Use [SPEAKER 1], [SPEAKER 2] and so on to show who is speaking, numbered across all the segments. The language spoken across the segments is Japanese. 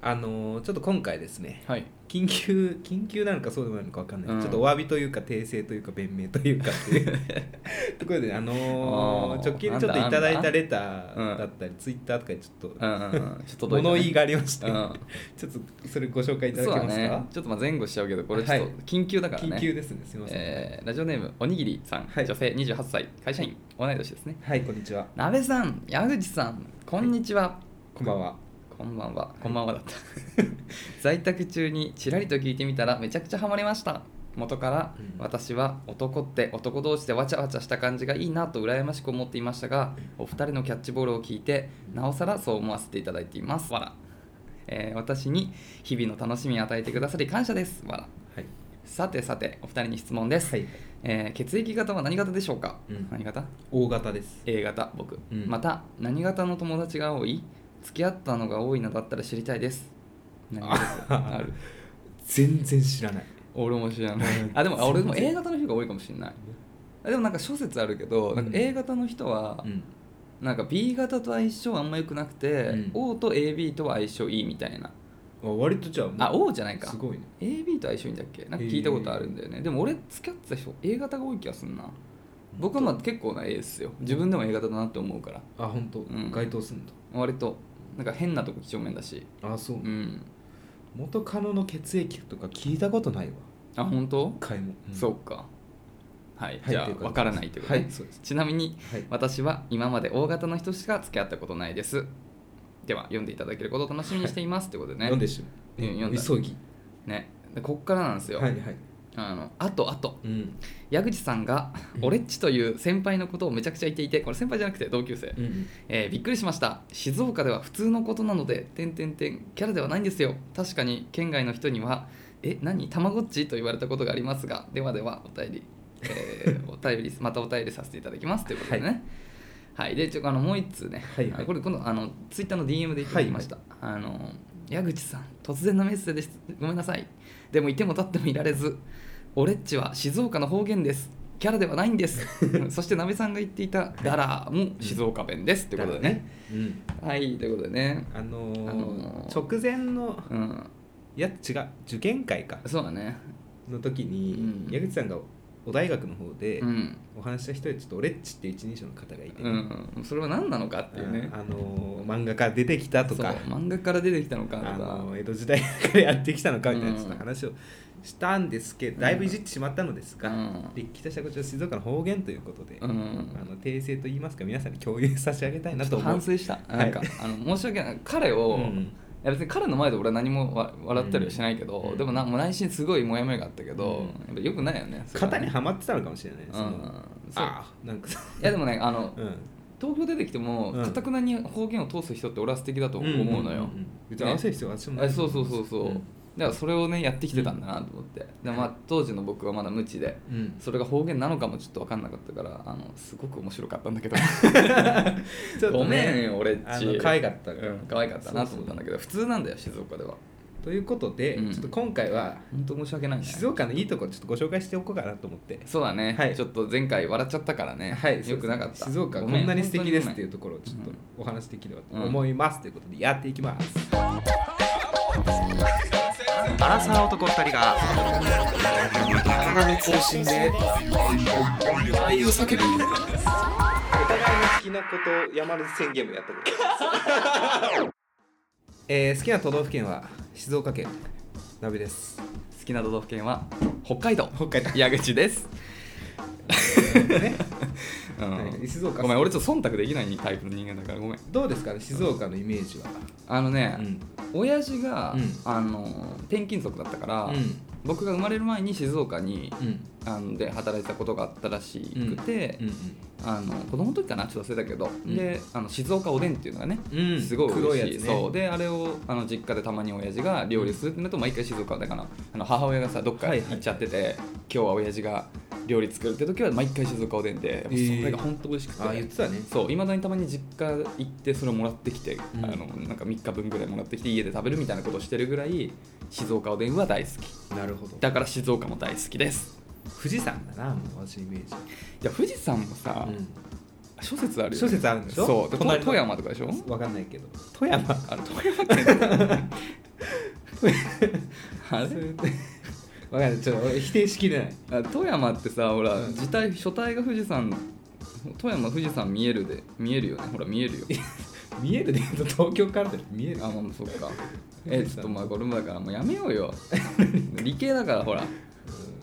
[SPEAKER 1] あのーちょっと今回ですね
[SPEAKER 2] はい
[SPEAKER 1] 緊急緊急なのかそうでもないのか分かんない、
[SPEAKER 2] うん
[SPEAKER 1] ちょっとお詫びというか訂正というか弁明というかって いうところで、あのー
[SPEAKER 2] あー
[SPEAKER 1] 直近でちょっといただいたレターだったりツイッターとかでちょっ
[SPEAKER 2] う
[SPEAKER 1] と
[SPEAKER 2] んうんうんちょっと届いて
[SPEAKER 1] 物
[SPEAKER 2] ね
[SPEAKER 1] 言いがありまして、
[SPEAKER 2] うん
[SPEAKER 1] ちょっとそれご紹介いただ
[SPEAKER 2] そう
[SPEAKER 1] け
[SPEAKER 2] だ
[SPEAKER 1] ます
[SPEAKER 2] ね
[SPEAKER 1] か、
[SPEAKER 2] ちょっとまあ前後しちゃうけどこれちょっと
[SPEAKER 1] はい
[SPEAKER 2] 緊急だからね、
[SPEAKER 1] 緊急ですねすみません、
[SPEAKER 2] えーラジオネームおにぎりさん、
[SPEAKER 1] はい
[SPEAKER 2] 女性28歳会社員同い年ですね
[SPEAKER 1] はいこんにちは
[SPEAKER 2] なべさん矢口さんこんにちは、
[SPEAKER 1] こんばんは
[SPEAKER 2] こんばんはこんばんはだった 在宅中にちらりと聞いてみたらめちゃくちゃハマりました元から
[SPEAKER 1] うん
[SPEAKER 2] 私は男って男同士でわちゃわちゃした感じがいいなと羨ましく思っていましたがお二人のキャッチボールを聞いてなおさらそう思わせていただいていますわら、えー私に日々の楽しみを与えてくださり感謝ですわら
[SPEAKER 1] はい
[SPEAKER 2] さてさてお二人に質問です、
[SPEAKER 1] はい
[SPEAKER 2] えー血液型は何型でしょうか、
[SPEAKER 1] うん
[SPEAKER 2] 何型
[SPEAKER 1] O 型です
[SPEAKER 2] A 型僕、
[SPEAKER 1] うん
[SPEAKER 2] また何型の友達が多い付き合ったのが多いのだったら知りたいです何
[SPEAKER 1] あ
[SPEAKER 2] 型ある
[SPEAKER 1] 全然知らない
[SPEAKER 2] 俺も知らない
[SPEAKER 1] うん
[SPEAKER 2] あでもあ俺でも
[SPEAKER 1] 全
[SPEAKER 2] A
[SPEAKER 1] 然
[SPEAKER 2] 型の人が多いかもしれないあでもなんか諸説あるけどなんか
[SPEAKER 1] うん
[SPEAKER 2] A 型の人は
[SPEAKER 1] うん
[SPEAKER 2] なんか B 型と相性あんま良くなくて、
[SPEAKER 1] うん
[SPEAKER 2] O と AB とは相性いいみたいな
[SPEAKER 1] あ割とじゃあ
[SPEAKER 2] あ O じゃないか
[SPEAKER 1] すごいね
[SPEAKER 2] AB と相性いいんだっけなんか聞いたことあるんだよね、でも俺付き合ってた人 A 型が多い気がするな僕はまあ結構な A ですよ自分でも A 型だなって思うから
[SPEAKER 1] あ本当、
[SPEAKER 2] うん
[SPEAKER 1] 該当すんだ
[SPEAKER 2] 割となんか変なとこ几帳面だし
[SPEAKER 1] あそう、
[SPEAKER 2] うん
[SPEAKER 1] 元カノの血液とか聞いたことないわ
[SPEAKER 2] あ本当、
[SPEAKER 1] 一回も、ん
[SPEAKER 2] そうかはい、
[SPEAKER 1] はい
[SPEAKER 2] じゃ
[SPEAKER 1] と
[SPEAKER 2] あ
[SPEAKER 1] いうこと
[SPEAKER 2] 分からないということね、
[SPEAKER 1] はいそうです
[SPEAKER 2] ちなみに
[SPEAKER 1] はい
[SPEAKER 2] 私は今まで大型の人しか付き合ったことないですでは読んでいただけることを楽しみにしていますということでね
[SPEAKER 1] 読んでしまう、
[SPEAKER 2] うん読んだ
[SPEAKER 1] 急ぎ
[SPEAKER 2] ねでこっからなんですよ、
[SPEAKER 1] はいはい
[SPEAKER 2] あのあとあと
[SPEAKER 1] うん
[SPEAKER 2] 矢口さんが
[SPEAKER 1] うん
[SPEAKER 2] 俺っちという先輩のことをめちゃくちゃ言っていてこれ先輩じゃなくて同級生、
[SPEAKER 1] うん
[SPEAKER 2] えーびっくりしました静岡では普通のことなので点点点キャラではないんですよ確かに県外の人には「え何たまごっち?」と言われたことがありますがではではお便り、えーお便りまたお便りさせていただきますということでねはい、でちょあのもう一通ね、
[SPEAKER 1] はいはい
[SPEAKER 2] あこれ今度あのツイッターの DM でいただきました、あの矢口さん突然のメッセージですごめんなさいでもいても立ってもいられず俺っちは静岡の方言ですキャラではないんですそしてなべさんが言っていたダラーも静岡弁ですってことでね、
[SPEAKER 1] うん
[SPEAKER 2] はいということでね
[SPEAKER 1] あのー
[SPEAKER 2] あのー
[SPEAKER 1] 直前の
[SPEAKER 2] うん
[SPEAKER 1] やつ違う受験会か
[SPEAKER 2] そうだね
[SPEAKER 1] の時に、
[SPEAKER 2] うん
[SPEAKER 1] 矢口さんがお大学の方で、
[SPEAKER 2] うん、
[SPEAKER 1] お話しした人でちょっとオレッチっていう一人称の方がいて、
[SPEAKER 2] うん、それは何なのかっていうね
[SPEAKER 1] ああのー漫画家出てきたと
[SPEAKER 2] そう
[SPEAKER 1] か
[SPEAKER 2] 漫画から出てきたのかと
[SPEAKER 1] あ
[SPEAKER 2] か
[SPEAKER 1] の江戸時代からやってきたのかみたいなちょっと
[SPEAKER 2] うん
[SPEAKER 1] 話をしたんですけど、だいぶいじってしまったのですが、
[SPEAKER 2] うん
[SPEAKER 1] で北社こちら静岡の方言ということで、
[SPEAKER 2] う
[SPEAKER 1] あ
[SPEAKER 2] ん
[SPEAKER 1] の訂正といいますか皆さんに共有差し上げたいな
[SPEAKER 2] ちょっ
[SPEAKER 1] と
[SPEAKER 2] と
[SPEAKER 1] 思う
[SPEAKER 2] 反省した、
[SPEAKER 1] い
[SPEAKER 2] なんかあの申し訳ない彼を、
[SPEAKER 1] うん
[SPEAKER 2] いや別に彼の前で俺は何もわ笑ったりはしないけど、
[SPEAKER 1] うん
[SPEAKER 2] でもなもう内心すごいモヤモヤがあったけど、
[SPEAKER 1] うん
[SPEAKER 2] やっぱよくないよねそれは
[SPEAKER 1] 肩
[SPEAKER 2] ね
[SPEAKER 1] にはまってたのかもしれないです、
[SPEAKER 2] うんそう
[SPEAKER 1] ああなんかさ
[SPEAKER 2] いやでもねあの、
[SPEAKER 1] うん
[SPEAKER 2] 東京出てきても
[SPEAKER 1] うん
[SPEAKER 2] かたくなに方言を通す人って俺は素敵だと思うの
[SPEAKER 1] ん
[SPEAKER 2] よ、
[SPEAKER 1] んん別に合わせる必要は私もない
[SPEAKER 2] あそうそうそうそう、
[SPEAKER 1] うん
[SPEAKER 2] だからそれをねやってきてたんだなと思って、でまあ当時の僕はまだ無知で
[SPEAKER 1] うん
[SPEAKER 2] それが方言なのかもちょっと分かんなかったからあのすごく面白かったんだ けど
[SPEAKER 1] ちょっとね
[SPEAKER 2] ごめんよ俺っ
[SPEAKER 1] あ
[SPEAKER 2] ち
[SPEAKER 1] の可愛かったから
[SPEAKER 2] うん、可愛かったなと思ったんだけど普通なんだよ静岡では
[SPEAKER 1] ということで、
[SPEAKER 2] うん
[SPEAKER 1] ちょっと今回は
[SPEAKER 2] 本当申し訳ないね
[SPEAKER 1] 静岡のいいところちょっとご紹介しておこうかなと思って
[SPEAKER 2] そうだね、
[SPEAKER 1] はい
[SPEAKER 2] ちょっと前回笑っちゃったからね、
[SPEAKER 1] はい、
[SPEAKER 2] よくなかった
[SPEAKER 1] 静岡こ
[SPEAKER 2] ごめ
[SPEAKER 1] んなに素敵ですっていう
[SPEAKER 2] 本
[SPEAKER 1] ところをちょっと
[SPEAKER 2] うん
[SPEAKER 1] お話できればと
[SPEAKER 2] うん
[SPEAKER 1] 思います、ということでやっていきます
[SPEAKER 3] アラサー男二人が仲間に中心で愛を叫ぶ
[SPEAKER 1] お互いの好きなこと山根宣言もやったことです えー好きな都道府県は静岡県鍋です
[SPEAKER 2] 当に好きな都道府県は北海道
[SPEAKER 1] 北海道
[SPEAKER 2] 矢 口です、
[SPEAKER 1] ね、
[SPEAKER 2] うん
[SPEAKER 1] はい静岡
[SPEAKER 2] ごめん俺ちょっと忖度できないタイプの人間だからごめん
[SPEAKER 1] どうですかね静岡のイメージは、
[SPEAKER 2] あのね、
[SPEAKER 1] うん
[SPEAKER 2] 親父が、
[SPEAKER 1] うん
[SPEAKER 2] あの転勤族だったから、
[SPEAKER 1] うん
[SPEAKER 2] 僕が生まれる前に静岡に
[SPEAKER 1] うん
[SPEAKER 2] あので働いてたことがあったらしくて、あの子供の時かなちょっと忘れたけど、
[SPEAKER 1] うん
[SPEAKER 2] であの静岡おでんっていうのがね
[SPEAKER 1] うん
[SPEAKER 2] すごい美
[SPEAKER 1] 黒いや
[SPEAKER 2] 味しい、
[SPEAKER 1] つね
[SPEAKER 2] そうであれをあの実家でたまに親父が料理するってなると毎回静岡だからあの母親がさどっか
[SPEAKER 1] はいはい
[SPEAKER 2] 行っちゃってて、今日は親父が料理作るって時は毎回静岡おでんでやっぱ
[SPEAKER 1] ー
[SPEAKER 2] それが本当美味しくて、
[SPEAKER 1] あ言ってたね
[SPEAKER 2] そういまだにたまに実家行ってそれをもらってきて、
[SPEAKER 1] ん
[SPEAKER 2] あのなんか3日分ぐらいもらってきて家で食べるみたいなことをしてるぐらい静岡おでんは大好き
[SPEAKER 1] なるほど
[SPEAKER 2] だから静岡も大好きです
[SPEAKER 1] 富士山だなもう私のイメージ、
[SPEAKER 2] いや富士山もさ、諸説あるよね
[SPEAKER 1] 諸説あるんでしょ
[SPEAKER 2] そうで
[SPEAKER 1] 隣の
[SPEAKER 2] 富山とかでしょ
[SPEAKER 1] うん、わかんないけど富山
[SPEAKER 2] あの富山県あれ
[SPEAKER 1] それで わかんないちょっと俺否定しきれない
[SPEAKER 2] あ富山ってさほら
[SPEAKER 1] うん
[SPEAKER 2] 自体書体が富士山富山富士山見えるで見えるよねほら見えるよ
[SPEAKER 1] 見えるで言うと東京からだよ見える
[SPEAKER 2] あまあそっ かえ
[SPEAKER 1] 富士山
[SPEAKER 2] ちょっとまあこれもだからもうやめ ようよ理系だからほら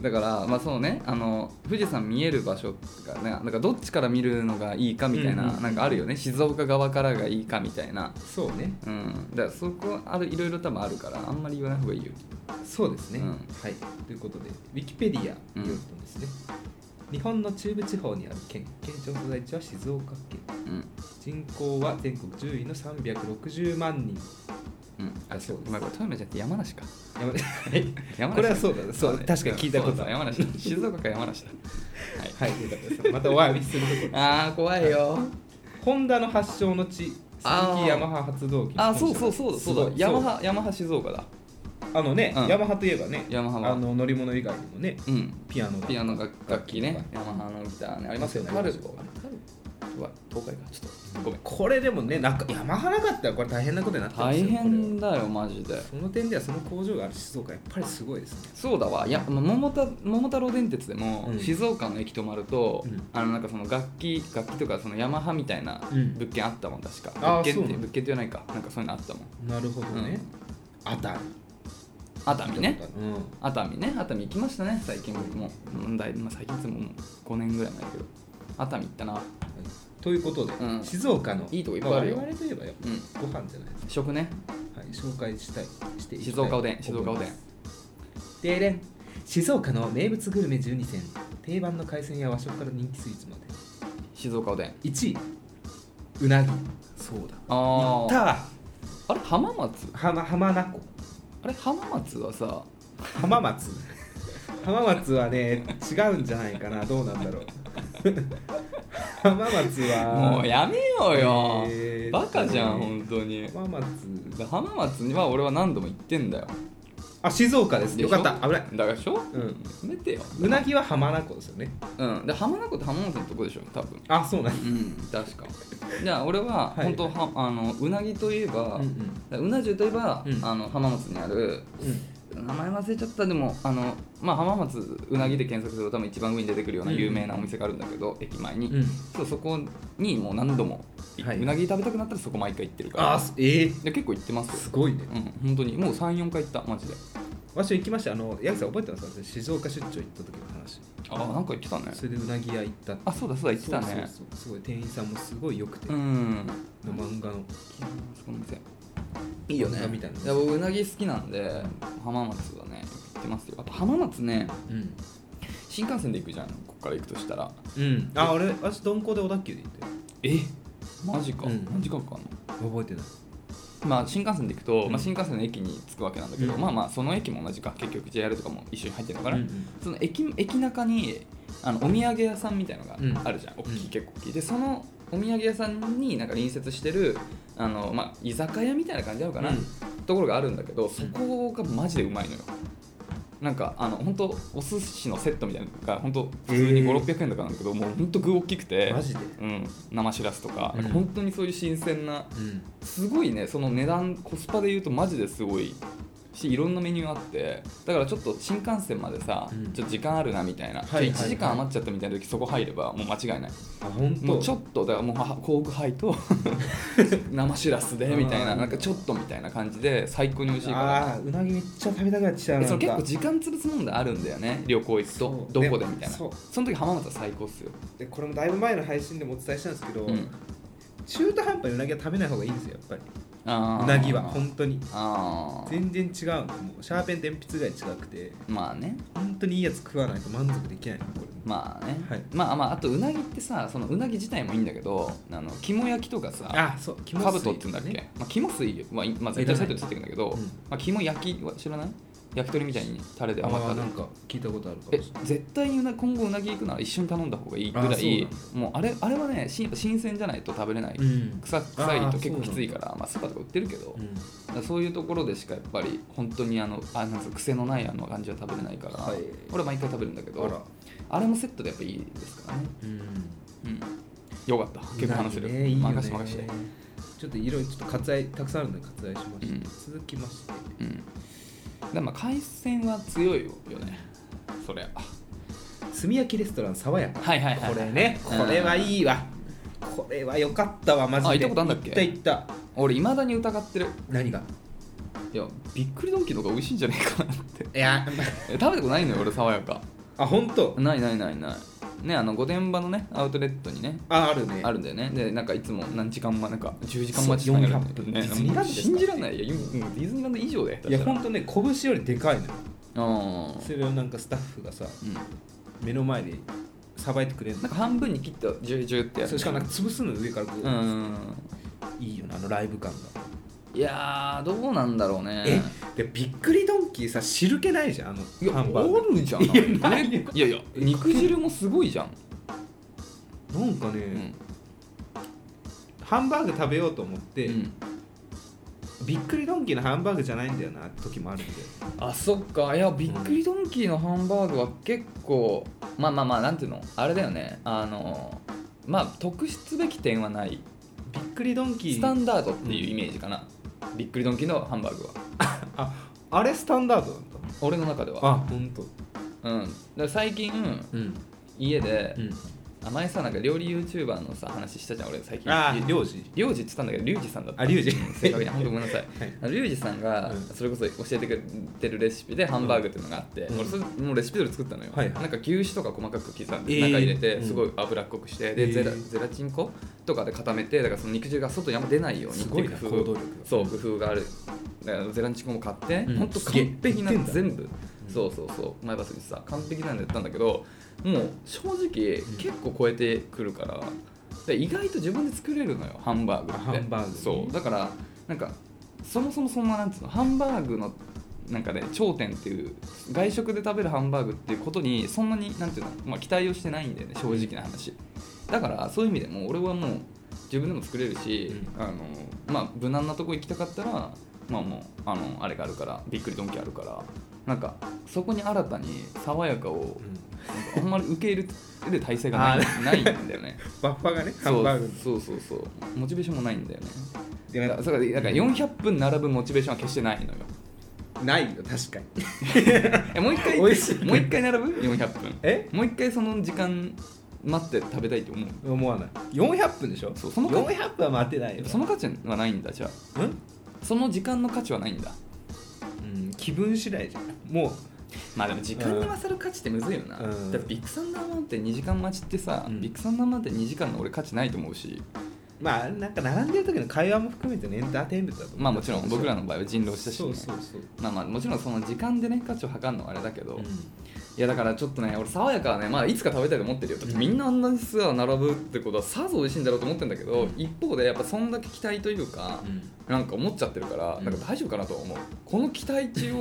[SPEAKER 2] だからまあそうねあの富士山見える場所がねなんかどっちから見るのがいいかみたいな、
[SPEAKER 1] うんうん
[SPEAKER 2] なんかあるよね静岡側からがいいかみたいな
[SPEAKER 1] そうね
[SPEAKER 2] うんだからそこあるいろいろ多分あるからあんまり言わない方がいいよ
[SPEAKER 1] そうですね、
[SPEAKER 2] うん
[SPEAKER 1] はいということでウィキペディアによるとですね、日本の中部地方にある県県庁所在地は静岡県
[SPEAKER 2] うん
[SPEAKER 1] 人口は全国10位の360万人
[SPEAKER 2] うんあ
[SPEAKER 1] あ
[SPEAKER 2] そ
[SPEAKER 1] そうう
[SPEAKER 2] まあこれ富山じゃなくて山梨か
[SPEAKER 1] 山梨
[SPEAKER 2] 山梨
[SPEAKER 1] これはそうだねそう
[SPEAKER 2] ね
[SPEAKER 1] 確かに聞いたことある
[SPEAKER 2] そうそう山梨だ静岡か山 梨だ
[SPEAKER 1] はいよかったですまたお詫びするところ
[SPEAKER 2] あー怖いよ
[SPEAKER 1] ホンダの発祥の地鈴
[SPEAKER 2] あー
[SPEAKER 1] 木ヤマハ発動機の
[SPEAKER 2] あ
[SPEAKER 1] 本社
[SPEAKER 2] そうそうそうだそう
[SPEAKER 1] す
[SPEAKER 2] だ
[SPEAKER 1] ごい
[SPEAKER 2] ヤマハヤマハ静岡だ
[SPEAKER 1] そうあのね、
[SPEAKER 2] うん
[SPEAKER 1] ヤマハといえばね
[SPEAKER 2] ヤマハは
[SPEAKER 1] あの乗り物以外にもね
[SPEAKER 2] うん
[SPEAKER 1] ピアノが
[SPEAKER 2] ピアノ楽楽器ね
[SPEAKER 1] 楽器
[SPEAKER 2] ヤマハのギターねありますよね
[SPEAKER 1] ある
[SPEAKER 2] タルあれタルうわ東海かちょっとごめん
[SPEAKER 1] これでもねなんかヤマハなかったらこれ大変なことになってます
[SPEAKER 2] 大
[SPEAKER 1] よ
[SPEAKER 2] 変
[SPEAKER 1] こ
[SPEAKER 2] だよマジで
[SPEAKER 1] れはその点ではその工場がある静岡やっぱりすごいですね
[SPEAKER 2] そうだわいやあの桃太桃太郎電鉄でも、
[SPEAKER 1] うん
[SPEAKER 2] 静岡の駅止まると、
[SPEAKER 1] うん
[SPEAKER 2] あのなんかその楽器楽器とかそのヤマハみたいな
[SPEAKER 1] うん
[SPEAKER 2] 物件あったもん確か、
[SPEAKER 1] あー
[SPEAKER 2] 物件っ
[SPEAKER 1] そう
[SPEAKER 2] て
[SPEAKER 1] なの
[SPEAKER 2] 物件って言わないかなんかそういうのあったもん
[SPEAKER 1] なるほど
[SPEAKER 2] ね
[SPEAKER 1] 熱海
[SPEAKER 2] 熱海ね
[SPEAKER 1] うん
[SPEAKER 2] 熱海ね熱海行きましたね最近僕もうんだい、まあ、最近ってももう5年ぐらい前だけど熱海行ったな
[SPEAKER 1] ということで、
[SPEAKER 2] うん
[SPEAKER 1] 静岡の
[SPEAKER 2] いいとこいっぱいあるよ
[SPEAKER 1] ま我々といえばやっぱ
[SPEAKER 2] うん
[SPEAKER 1] ご飯じゃないです
[SPEAKER 2] 食ね
[SPEAKER 1] か、はい、紹介したいしていきたい
[SPEAKER 2] 静岡おでん静岡おでん
[SPEAKER 1] でれん静岡の名物グルメ12選定番の海鮮や和食から人気スイーツまで
[SPEAKER 2] 静岡おでん
[SPEAKER 1] 1位うなぎそうだ
[SPEAKER 2] ああ
[SPEAKER 1] た
[SPEAKER 2] あれ浜松
[SPEAKER 1] 浜浜名湖
[SPEAKER 2] あれ浜松はさ
[SPEAKER 1] 浜松浜松はね違うんじゃないかなどうなんだろう 浜松は
[SPEAKER 2] もうやめようよ、
[SPEAKER 1] えー
[SPEAKER 2] バカじゃん本当に
[SPEAKER 1] 浜松
[SPEAKER 2] 浜松には俺は何度も行ってんだよ
[SPEAKER 1] あ静岡です
[SPEAKER 2] で
[SPEAKER 1] よ
[SPEAKER 2] しょ
[SPEAKER 1] かった危ない
[SPEAKER 2] だからしょや
[SPEAKER 1] うん
[SPEAKER 2] めてよ
[SPEAKER 1] うなぎは浜名湖ですよね
[SPEAKER 2] うんで浜名湖って浜松のとこでしょ多分
[SPEAKER 1] あそうなんだ
[SPEAKER 2] うん確かじゃあ俺は
[SPEAKER 1] はい
[SPEAKER 2] 本当は、あのうなぎといえば、
[SPEAKER 1] うん
[SPEAKER 2] うな重といえば、
[SPEAKER 1] うん
[SPEAKER 2] あの浜松にある名前忘れちゃったでもあの、まあ、浜松うなぎで検索すると多分一番上に出てくるような
[SPEAKER 1] うん
[SPEAKER 2] 有名なお店があるんだけど、駅前に、
[SPEAKER 1] うんうん
[SPEAKER 2] そうそこにもう何度も、
[SPEAKER 1] はいう
[SPEAKER 2] なぎ食べたくなったらそこ毎回行ってるから
[SPEAKER 1] あすえー
[SPEAKER 2] で結構行ってますよ
[SPEAKER 1] すごいね
[SPEAKER 2] うん本当にもう34回行ったマジで
[SPEAKER 1] わし行きましたあのヤクさん覚えてます静岡出張行った時の話
[SPEAKER 2] ああなんか行ってたね
[SPEAKER 1] それでうなぎ屋行ったって
[SPEAKER 2] あそうだそうだ行ってたね
[SPEAKER 1] そうそうそうすごい店員さんもすごい良くて、
[SPEAKER 2] うん
[SPEAKER 1] 漫画の
[SPEAKER 2] そこの店いいよね
[SPEAKER 1] みたいな
[SPEAKER 2] や僕うなぎ好きなんで浜松はね行ってますよやっぱ浜松ね
[SPEAKER 1] うん、
[SPEAKER 2] 新幹線で行くじゃんこっから行くとしたら
[SPEAKER 1] うん、あ俺私鈍行で小田急で行って
[SPEAKER 2] えマジか、
[SPEAKER 1] うん
[SPEAKER 2] 何時間かかんの
[SPEAKER 1] 覚えてない
[SPEAKER 2] まあ新幹線で行くと、
[SPEAKER 1] うん
[SPEAKER 2] まあ、新幹線の駅に着くわけなんだけど、
[SPEAKER 1] うん
[SPEAKER 2] まあまあその駅も同じか結局 JR とかも一緒に入ってるのかな、
[SPEAKER 1] うんうん
[SPEAKER 2] その駅駅中にあのお土産屋さんみたいのが
[SPEAKER 1] うん
[SPEAKER 2] あるじゃん、大き
[SPEAKER 1] う
[SPEAKER 2] い
[SPEAKER 1] ん
[SPEAKER 2] 結構大きいでそのお土産屋さんになんか隣接してるあの、まあ、居酒屋みたいな感じなのかな、
[SPEAKER 1] うん
[SPEAKER 2] ところがあるんだけどそこがマジでうまいのよなんかあの本当お寿司のセットみたいなのが本当普通に
[SPEAKER 1] へー
[SPEAKER 2] 5600円とかなんだけどもう本当具大きくて
[SPEAKER 1] マジで
[SPEAKER 2] うん、生しらすとか,、
[SPEAKER 1] うん
[SPEAKER 2] 本当にそういう新鮮な
[SPEAKER 1] うん
[SPEAKER 2] すごいねその値段コスパで言うとマジですごいしいろんなメニューあってだからちょっと新幹線までさ、
[SPEAKER 1] うん
[SPEAKER 2] ちょっと時間あるなみたいな、
[SPEAKER 1] はいはいはい
[SPEAKER 2] 1時間余っちゃったみたいな時そこ入ればもう間違いない
[SPEAKER 1] あ本当
[SPEAKER 2] もうちょっとだからもうは幸福 杯と生しらすでみたいな
[SPEAKER 1] うん
[SPEAKER 2] なんかちょっとみたいな感じで最高に美味しいから
[SPEAKER 1] あーうなぎめっちゃ食べたくなっちゃう
[SPEAKER 2] で
[SPEAKER 1] な
[SPEAKER 2] その
[SPEAKER 1] ん
[SPEAKER 2] 結
[SPEAKER 1] か
[SPEAKER 2] 構時間潰す問題あるんだよね旅行行くと
[SPEAKER 1] そう
[SPEAKER 2] どこで
[SPEAKER 1] でも
[SPEAKER 2] みたいな
[SPEAKER 1] そ
[SPEAKER 2] そうの時浜松は最高っすよ、
[SPEAKER 1] でこれもだいぶ前の配信でもお伝えしたんですけど、
[SPEAKER 2] うん、
[SPEAKER 1] 中途半端にうなぎは食べない方がいいんですよやっぱり
[SPEAKER 2] あー
[SPEAKER 1] うなぎは本当に
[SPEAKER 2] あー
[SPEAKER 1] 全然違うのもうシャーペン鉛筆ぐらい違くて
[SPEAKER 2] まあね
[SPEAKER 1] 本当にいいやつ食わないと満足できないのこれ
[SPEAKER 2] まあね、
[SPEAKER 1] はい
[SPEAKER 2] まあまああとうなぎってさそのうなぎ自体もいいんだけどあの肝焼きとかさ
[SPEAKER 1] あそう
[SPEAKER 2] カブトって言うんだっけ、
[SPEAKER 1] ね
[SPEAKER 2] まあ、肝水、まあ、いまあ絶対サイトでついてるんだけど、
[SPEAKER 1] うん
[SPEAKER 2] まあ、肝焼きは知らない焼き鳥みたいにタレで
[SPEAKER 1] あ
[SPEAKER 2] 余った
[SPEAKER 1] ーな
[SPEAKER 2] の
[SPEAKER 1] んか聞いたことあるかもしれ
[SPEAKER 2] え
[SPEAKER 1] ない
[SPEAKER 2] 絶対にうな今後うなぎ行くなら一緒に頼んだ方がいいぐ
[SPEAKER 1] あ
[SPEAKER 2] ら
[SPEAKER 1] そうないん
[SPEAKER 2] もうあれあれはねし新鮮じゃないと食べれない、
[SPEAKER 1] うん
[SPEAKER 2] 臭臭い
[SPEAKER 1] あー
[SPEAKER 2] と結
[SPEAKER 1] そうなん
[SPEAKER 2] 構き
[SPEAKER 1] だ
[SPEAKER 2] ついからまあ、スーパーとか売ってるけど、
[SPEAKER 1] うん
[SPEAKER 2] だからそういうところでしかやっぱり本当にあのあなんつうの癖のないあの感じは食べれないから、
[SPEAKER 1] はい
[SPEAKER 2] 俺毎回食べるんだけど
[SPEAKER 1] あら
[SPEAKER 2] あれもセットでやっぱいいですからね
[SPEAKER 1] うん
[SPEAKER 2] うん、よかった結構話せ
[SPEAKER 1] う
[SPEAKER 2] る、
[SPEAKER 1] なぎねいいよね
[SPEAKER 2] 任せ任せて、
[SPEAKER 1] ちょっといろいろちょっと割愛たくさんあるので割愛しました、
[SPEAKER 2] うん
[SPEAKER 1] 続きまして
[SPEAKER 2] うん、らまあ海鮮は強いよねそりゃ
[SPEAKER 1] 炭焼きレストラン爽やか
[SPEAKER 2] はいはいはい
[SPEAKER 1] これね
[SPEAKER 2] うん
[SPEAKER 1] これはいいわこれは良かったわマジで
[SPEAKER 2] あ行ったことあんだっけ
[SPEAKER 1] 行った行った
[SPEAKER 2] 俺いまだに疑ってる
[SPEAKER 1] 何が
[SPEAKER 2] いやびっくりドンキーの方が美味しいんじゃないかなって
[SPEAKER 1] いや
[SPEAKER 2] え食べたことないのよ俺爽やか
[SPEAKER 1] あ本当
[SPEAKER 2] ないないないないねあの御殿場のねアウトレットにね
[SPEAKER 1] ああるね
[SPEAKER 2] あるんだよねでなんかいつも何時間もなんか10時間待ちとかにな
[SPEAKER 1] そ
[SPEAKER 2] る
[SPEAKER 1] う400分
[SPEAKER 2] ね
[SPEAKER 1] ディズニーランドですか
[SPEAKER 2] 信じらんないいやうんディズニーランド以上で
[SPEAKER 1] いや本当ね拳よりでかいのよ
[SPEAKER 2] 当うん
[SPEAKER 1] それをなんかスタッフがさ
[SPEAKER 2] うん
[SPEAKER 1] 目の前でさばいてくれる
[SPEAKER 2] なんか半分に切ったジュージューってや
[SPEAKER 1] そ
[SPEAKER 2] つ
[SPEAKER 1] れしかもなんか潰すの上からこう
[SPEAKER 2] うん
[SPEAKER 1] いいよなあのライブ感が
[SPEAKER 2] いやーどうなんだろうね
[SPEAKER 1] えでびっくりドンキーさ汁気ないじゃんあ
[SPEAKER 2] い
[SPEAKER 1] の
[SPEAKER 2] や
[SPEAKER 1] ハンバー
[SPEAKER 2] お
[SPEAKER 1] グ
[SPEAKER 2] るじゃん
[SPEAKER 1] いやない
[SPEAKER 2] えいやいや肉汁もすごいじゃん、
[SPEAKER 1] なんかね、
[SPEAKER 2] うん
[SPEAKER 1] ハンバーグ食べようと思って、
[SPEAKER 2] うん
[SPEAKER 1] びっくりドンキーのハンバーグじゃないんだよなって時もあるんだよ
[SPEAKER 2] あそっかいやびっくりドンキーのハンバーグは結構まあまあまあなんていうのあれだよねあのまあ特筆すべき点はない
[SPEAKER 1] びっくりドンキー
[SPEAKER 2] スタンダードっていうイメージかな、びっくりドンキーのハンバーグは
[SPEAKER 1] ああれスタンダードなんだ
[SPEAKER 2] 俺の中では
[SPEAKER 1] あ本当。
[SPEAKER 2] うんだから最近
[SPEAKER 1] うん、
[SPEAKER 2] 家で
[SPEAKER 1] う、ん、
[SPEAKER 2] あ前さなんか料理 YouTuber のさ話したじゃん俺最近
[SPEAKER 1] あ
[SPEAKER 2] り
[SPEAKER 1] あ領事
[SPEAKER 2] りょうじって言ったんだけどリュウジさんだった
[SPEAKER 1] あリュウジ
[SPEAKER 2] うん正確に本当ごめんなさい
[SPEAKER 1] はい
[SPEAKER 2] あのリュウジさんが
[SPEAKER 1] うん
[SPEAKER 2] それこそ教えてくれてるレシピでハンバーグっていうのがあって、
[SPEAKER 1] うん
[SPEAKER 2] 俺それもうレシピ通り作ったのよ、
[SPEAKER 1] はいはい
[SPEAKER 2] なんか牛脂とか細かく刻ん
[SPEAKER 1] え
[SPEAKER 2] で
[SPEAKER 1] ー
[SPEAKER 2] 中入れて、
[SPEAKER 1] うん
[SPEAKER 2] すごい脂っこくして
[SPEAKER 1] え
[SPEAKER 2] で
[SPEAKER 1] ー
[SPEAKER 2] ゼラゼラチン粉とかで固めてだからその肉汁が外にあんま出ないように
[SPEAKER 1] すごいな
[SPEAKER 2] って
[SPEAKER 1] 行
[SPEAKER 2] いう
[SPEAKER 1] 動
[SPEAKER 2] 工夫
[SPEAKER 1] 力
[SPEAKER 2] そう工夫があるだからゼラチン粉も買って、
[SPEAKER 1] うん
[SPEAKER 2] ほんと
[SPEAKER 1] すげえ
[SPEAKER 2] 完璧な
[SPEAKER 1] 売ってんだ
[SPEAKER 2] 全部、
[SPEAKER 1] ん
[SPEAKER 2] そうそうそう前橋にさ完璧なんでやったんだけどもう正直、
[SPEAKER 1] ん
[SPEAKER 2] 結構超えてくるからで意外と自分で作れるのよハンバーグって
[SPEAKER 1] ハンバーグね
[SPEAKER 2] そうだからなんかそもそもそんななんつうのハンバーグのなんかね頂点っていう外食で食べるハンバーグっていうことにそんなになんていうの、まあ、期待をしてないんだよね正直な話だからそういう意味でも俺はもう自分でも作れるし、あのまあ、無難なとこ行きたかったらまあもうあのあれがあるからびっくりドンキーあるからなんかそこに新たに爽やか
[SPEAKER 1] う
[SPEAKER 2] を
[SPEAKER 1] ん
[SPEAKER 2] あんまり受け入れる体制がないないんだよね
[SPEAKER 1] バッファがね ハンバーグ
[SPEAKER 2] そうそうそうそうモチベーションもないんだよね
[SPEAKER 1] で
[SPEAKER 2] だからだから400分並ぶモチベーションは決してないのよ
[SPEAKER 1] ないよ確かに
[SPEAKER 2] えもう一回
[SPEAKER 1] 美味しい
[SPEAKER 2] もう一回並ぶ400分
[SPEAKER 1] え
[SPEAKER 2] もう一回その時間待って食べたいと思う
[SPEAKER 1] 思わない400分でしょ
[SPEAKER 2] そうその間
[SPEAKER 1] 400分は待てないよな
[SPEAKER 2] その価値はないんだじゃあ
[SPEAKER 1] うん
[SPEAKER 2] その時間の価値はないんだ
[SPEAKER 1] うん気分次第じゃんもう
[SPEAKER 2] まあでも時間に勝る価値ってむずいよな、
[SPEAKER 1] うん
[SPEAKER 2] だってビッグサンダーマウンテン2時間待ちってさ、
[SPEAKER 1] うん
[SPEAKER 2] ビッグサンダーマウンテン2時間の俺価値ないと思うし
[SPEAKER 1] まあなんか並んでる時の会話も含めてねエンターテインメントだと思う
[SPEAKER 2] まあもちろん僕らの場合は人狼したし、ね、
[SPEAKER 1] そうそうそう、
[SPEAKER 2] まあまあもちろんその時間でね価値を測るのはあれだけど、
[SPEAKER 1] うん
[SPEAKER 2] いやだからちょっとね俺爽やかはねまあいつか食べたいと思ってるよだって
[SPEAKER 1] うん
[SPEAKER 2] みんなあんなにさ並ぶってことはさぞ美味しいんだろうと思ってんだけど、一方でやっぱそんだけ期待というか、なんか思っちゃってるから、
[SPEAKER 1] うん
[SPEAKER 2] なんか大丈夫かなとは思うこの期待値を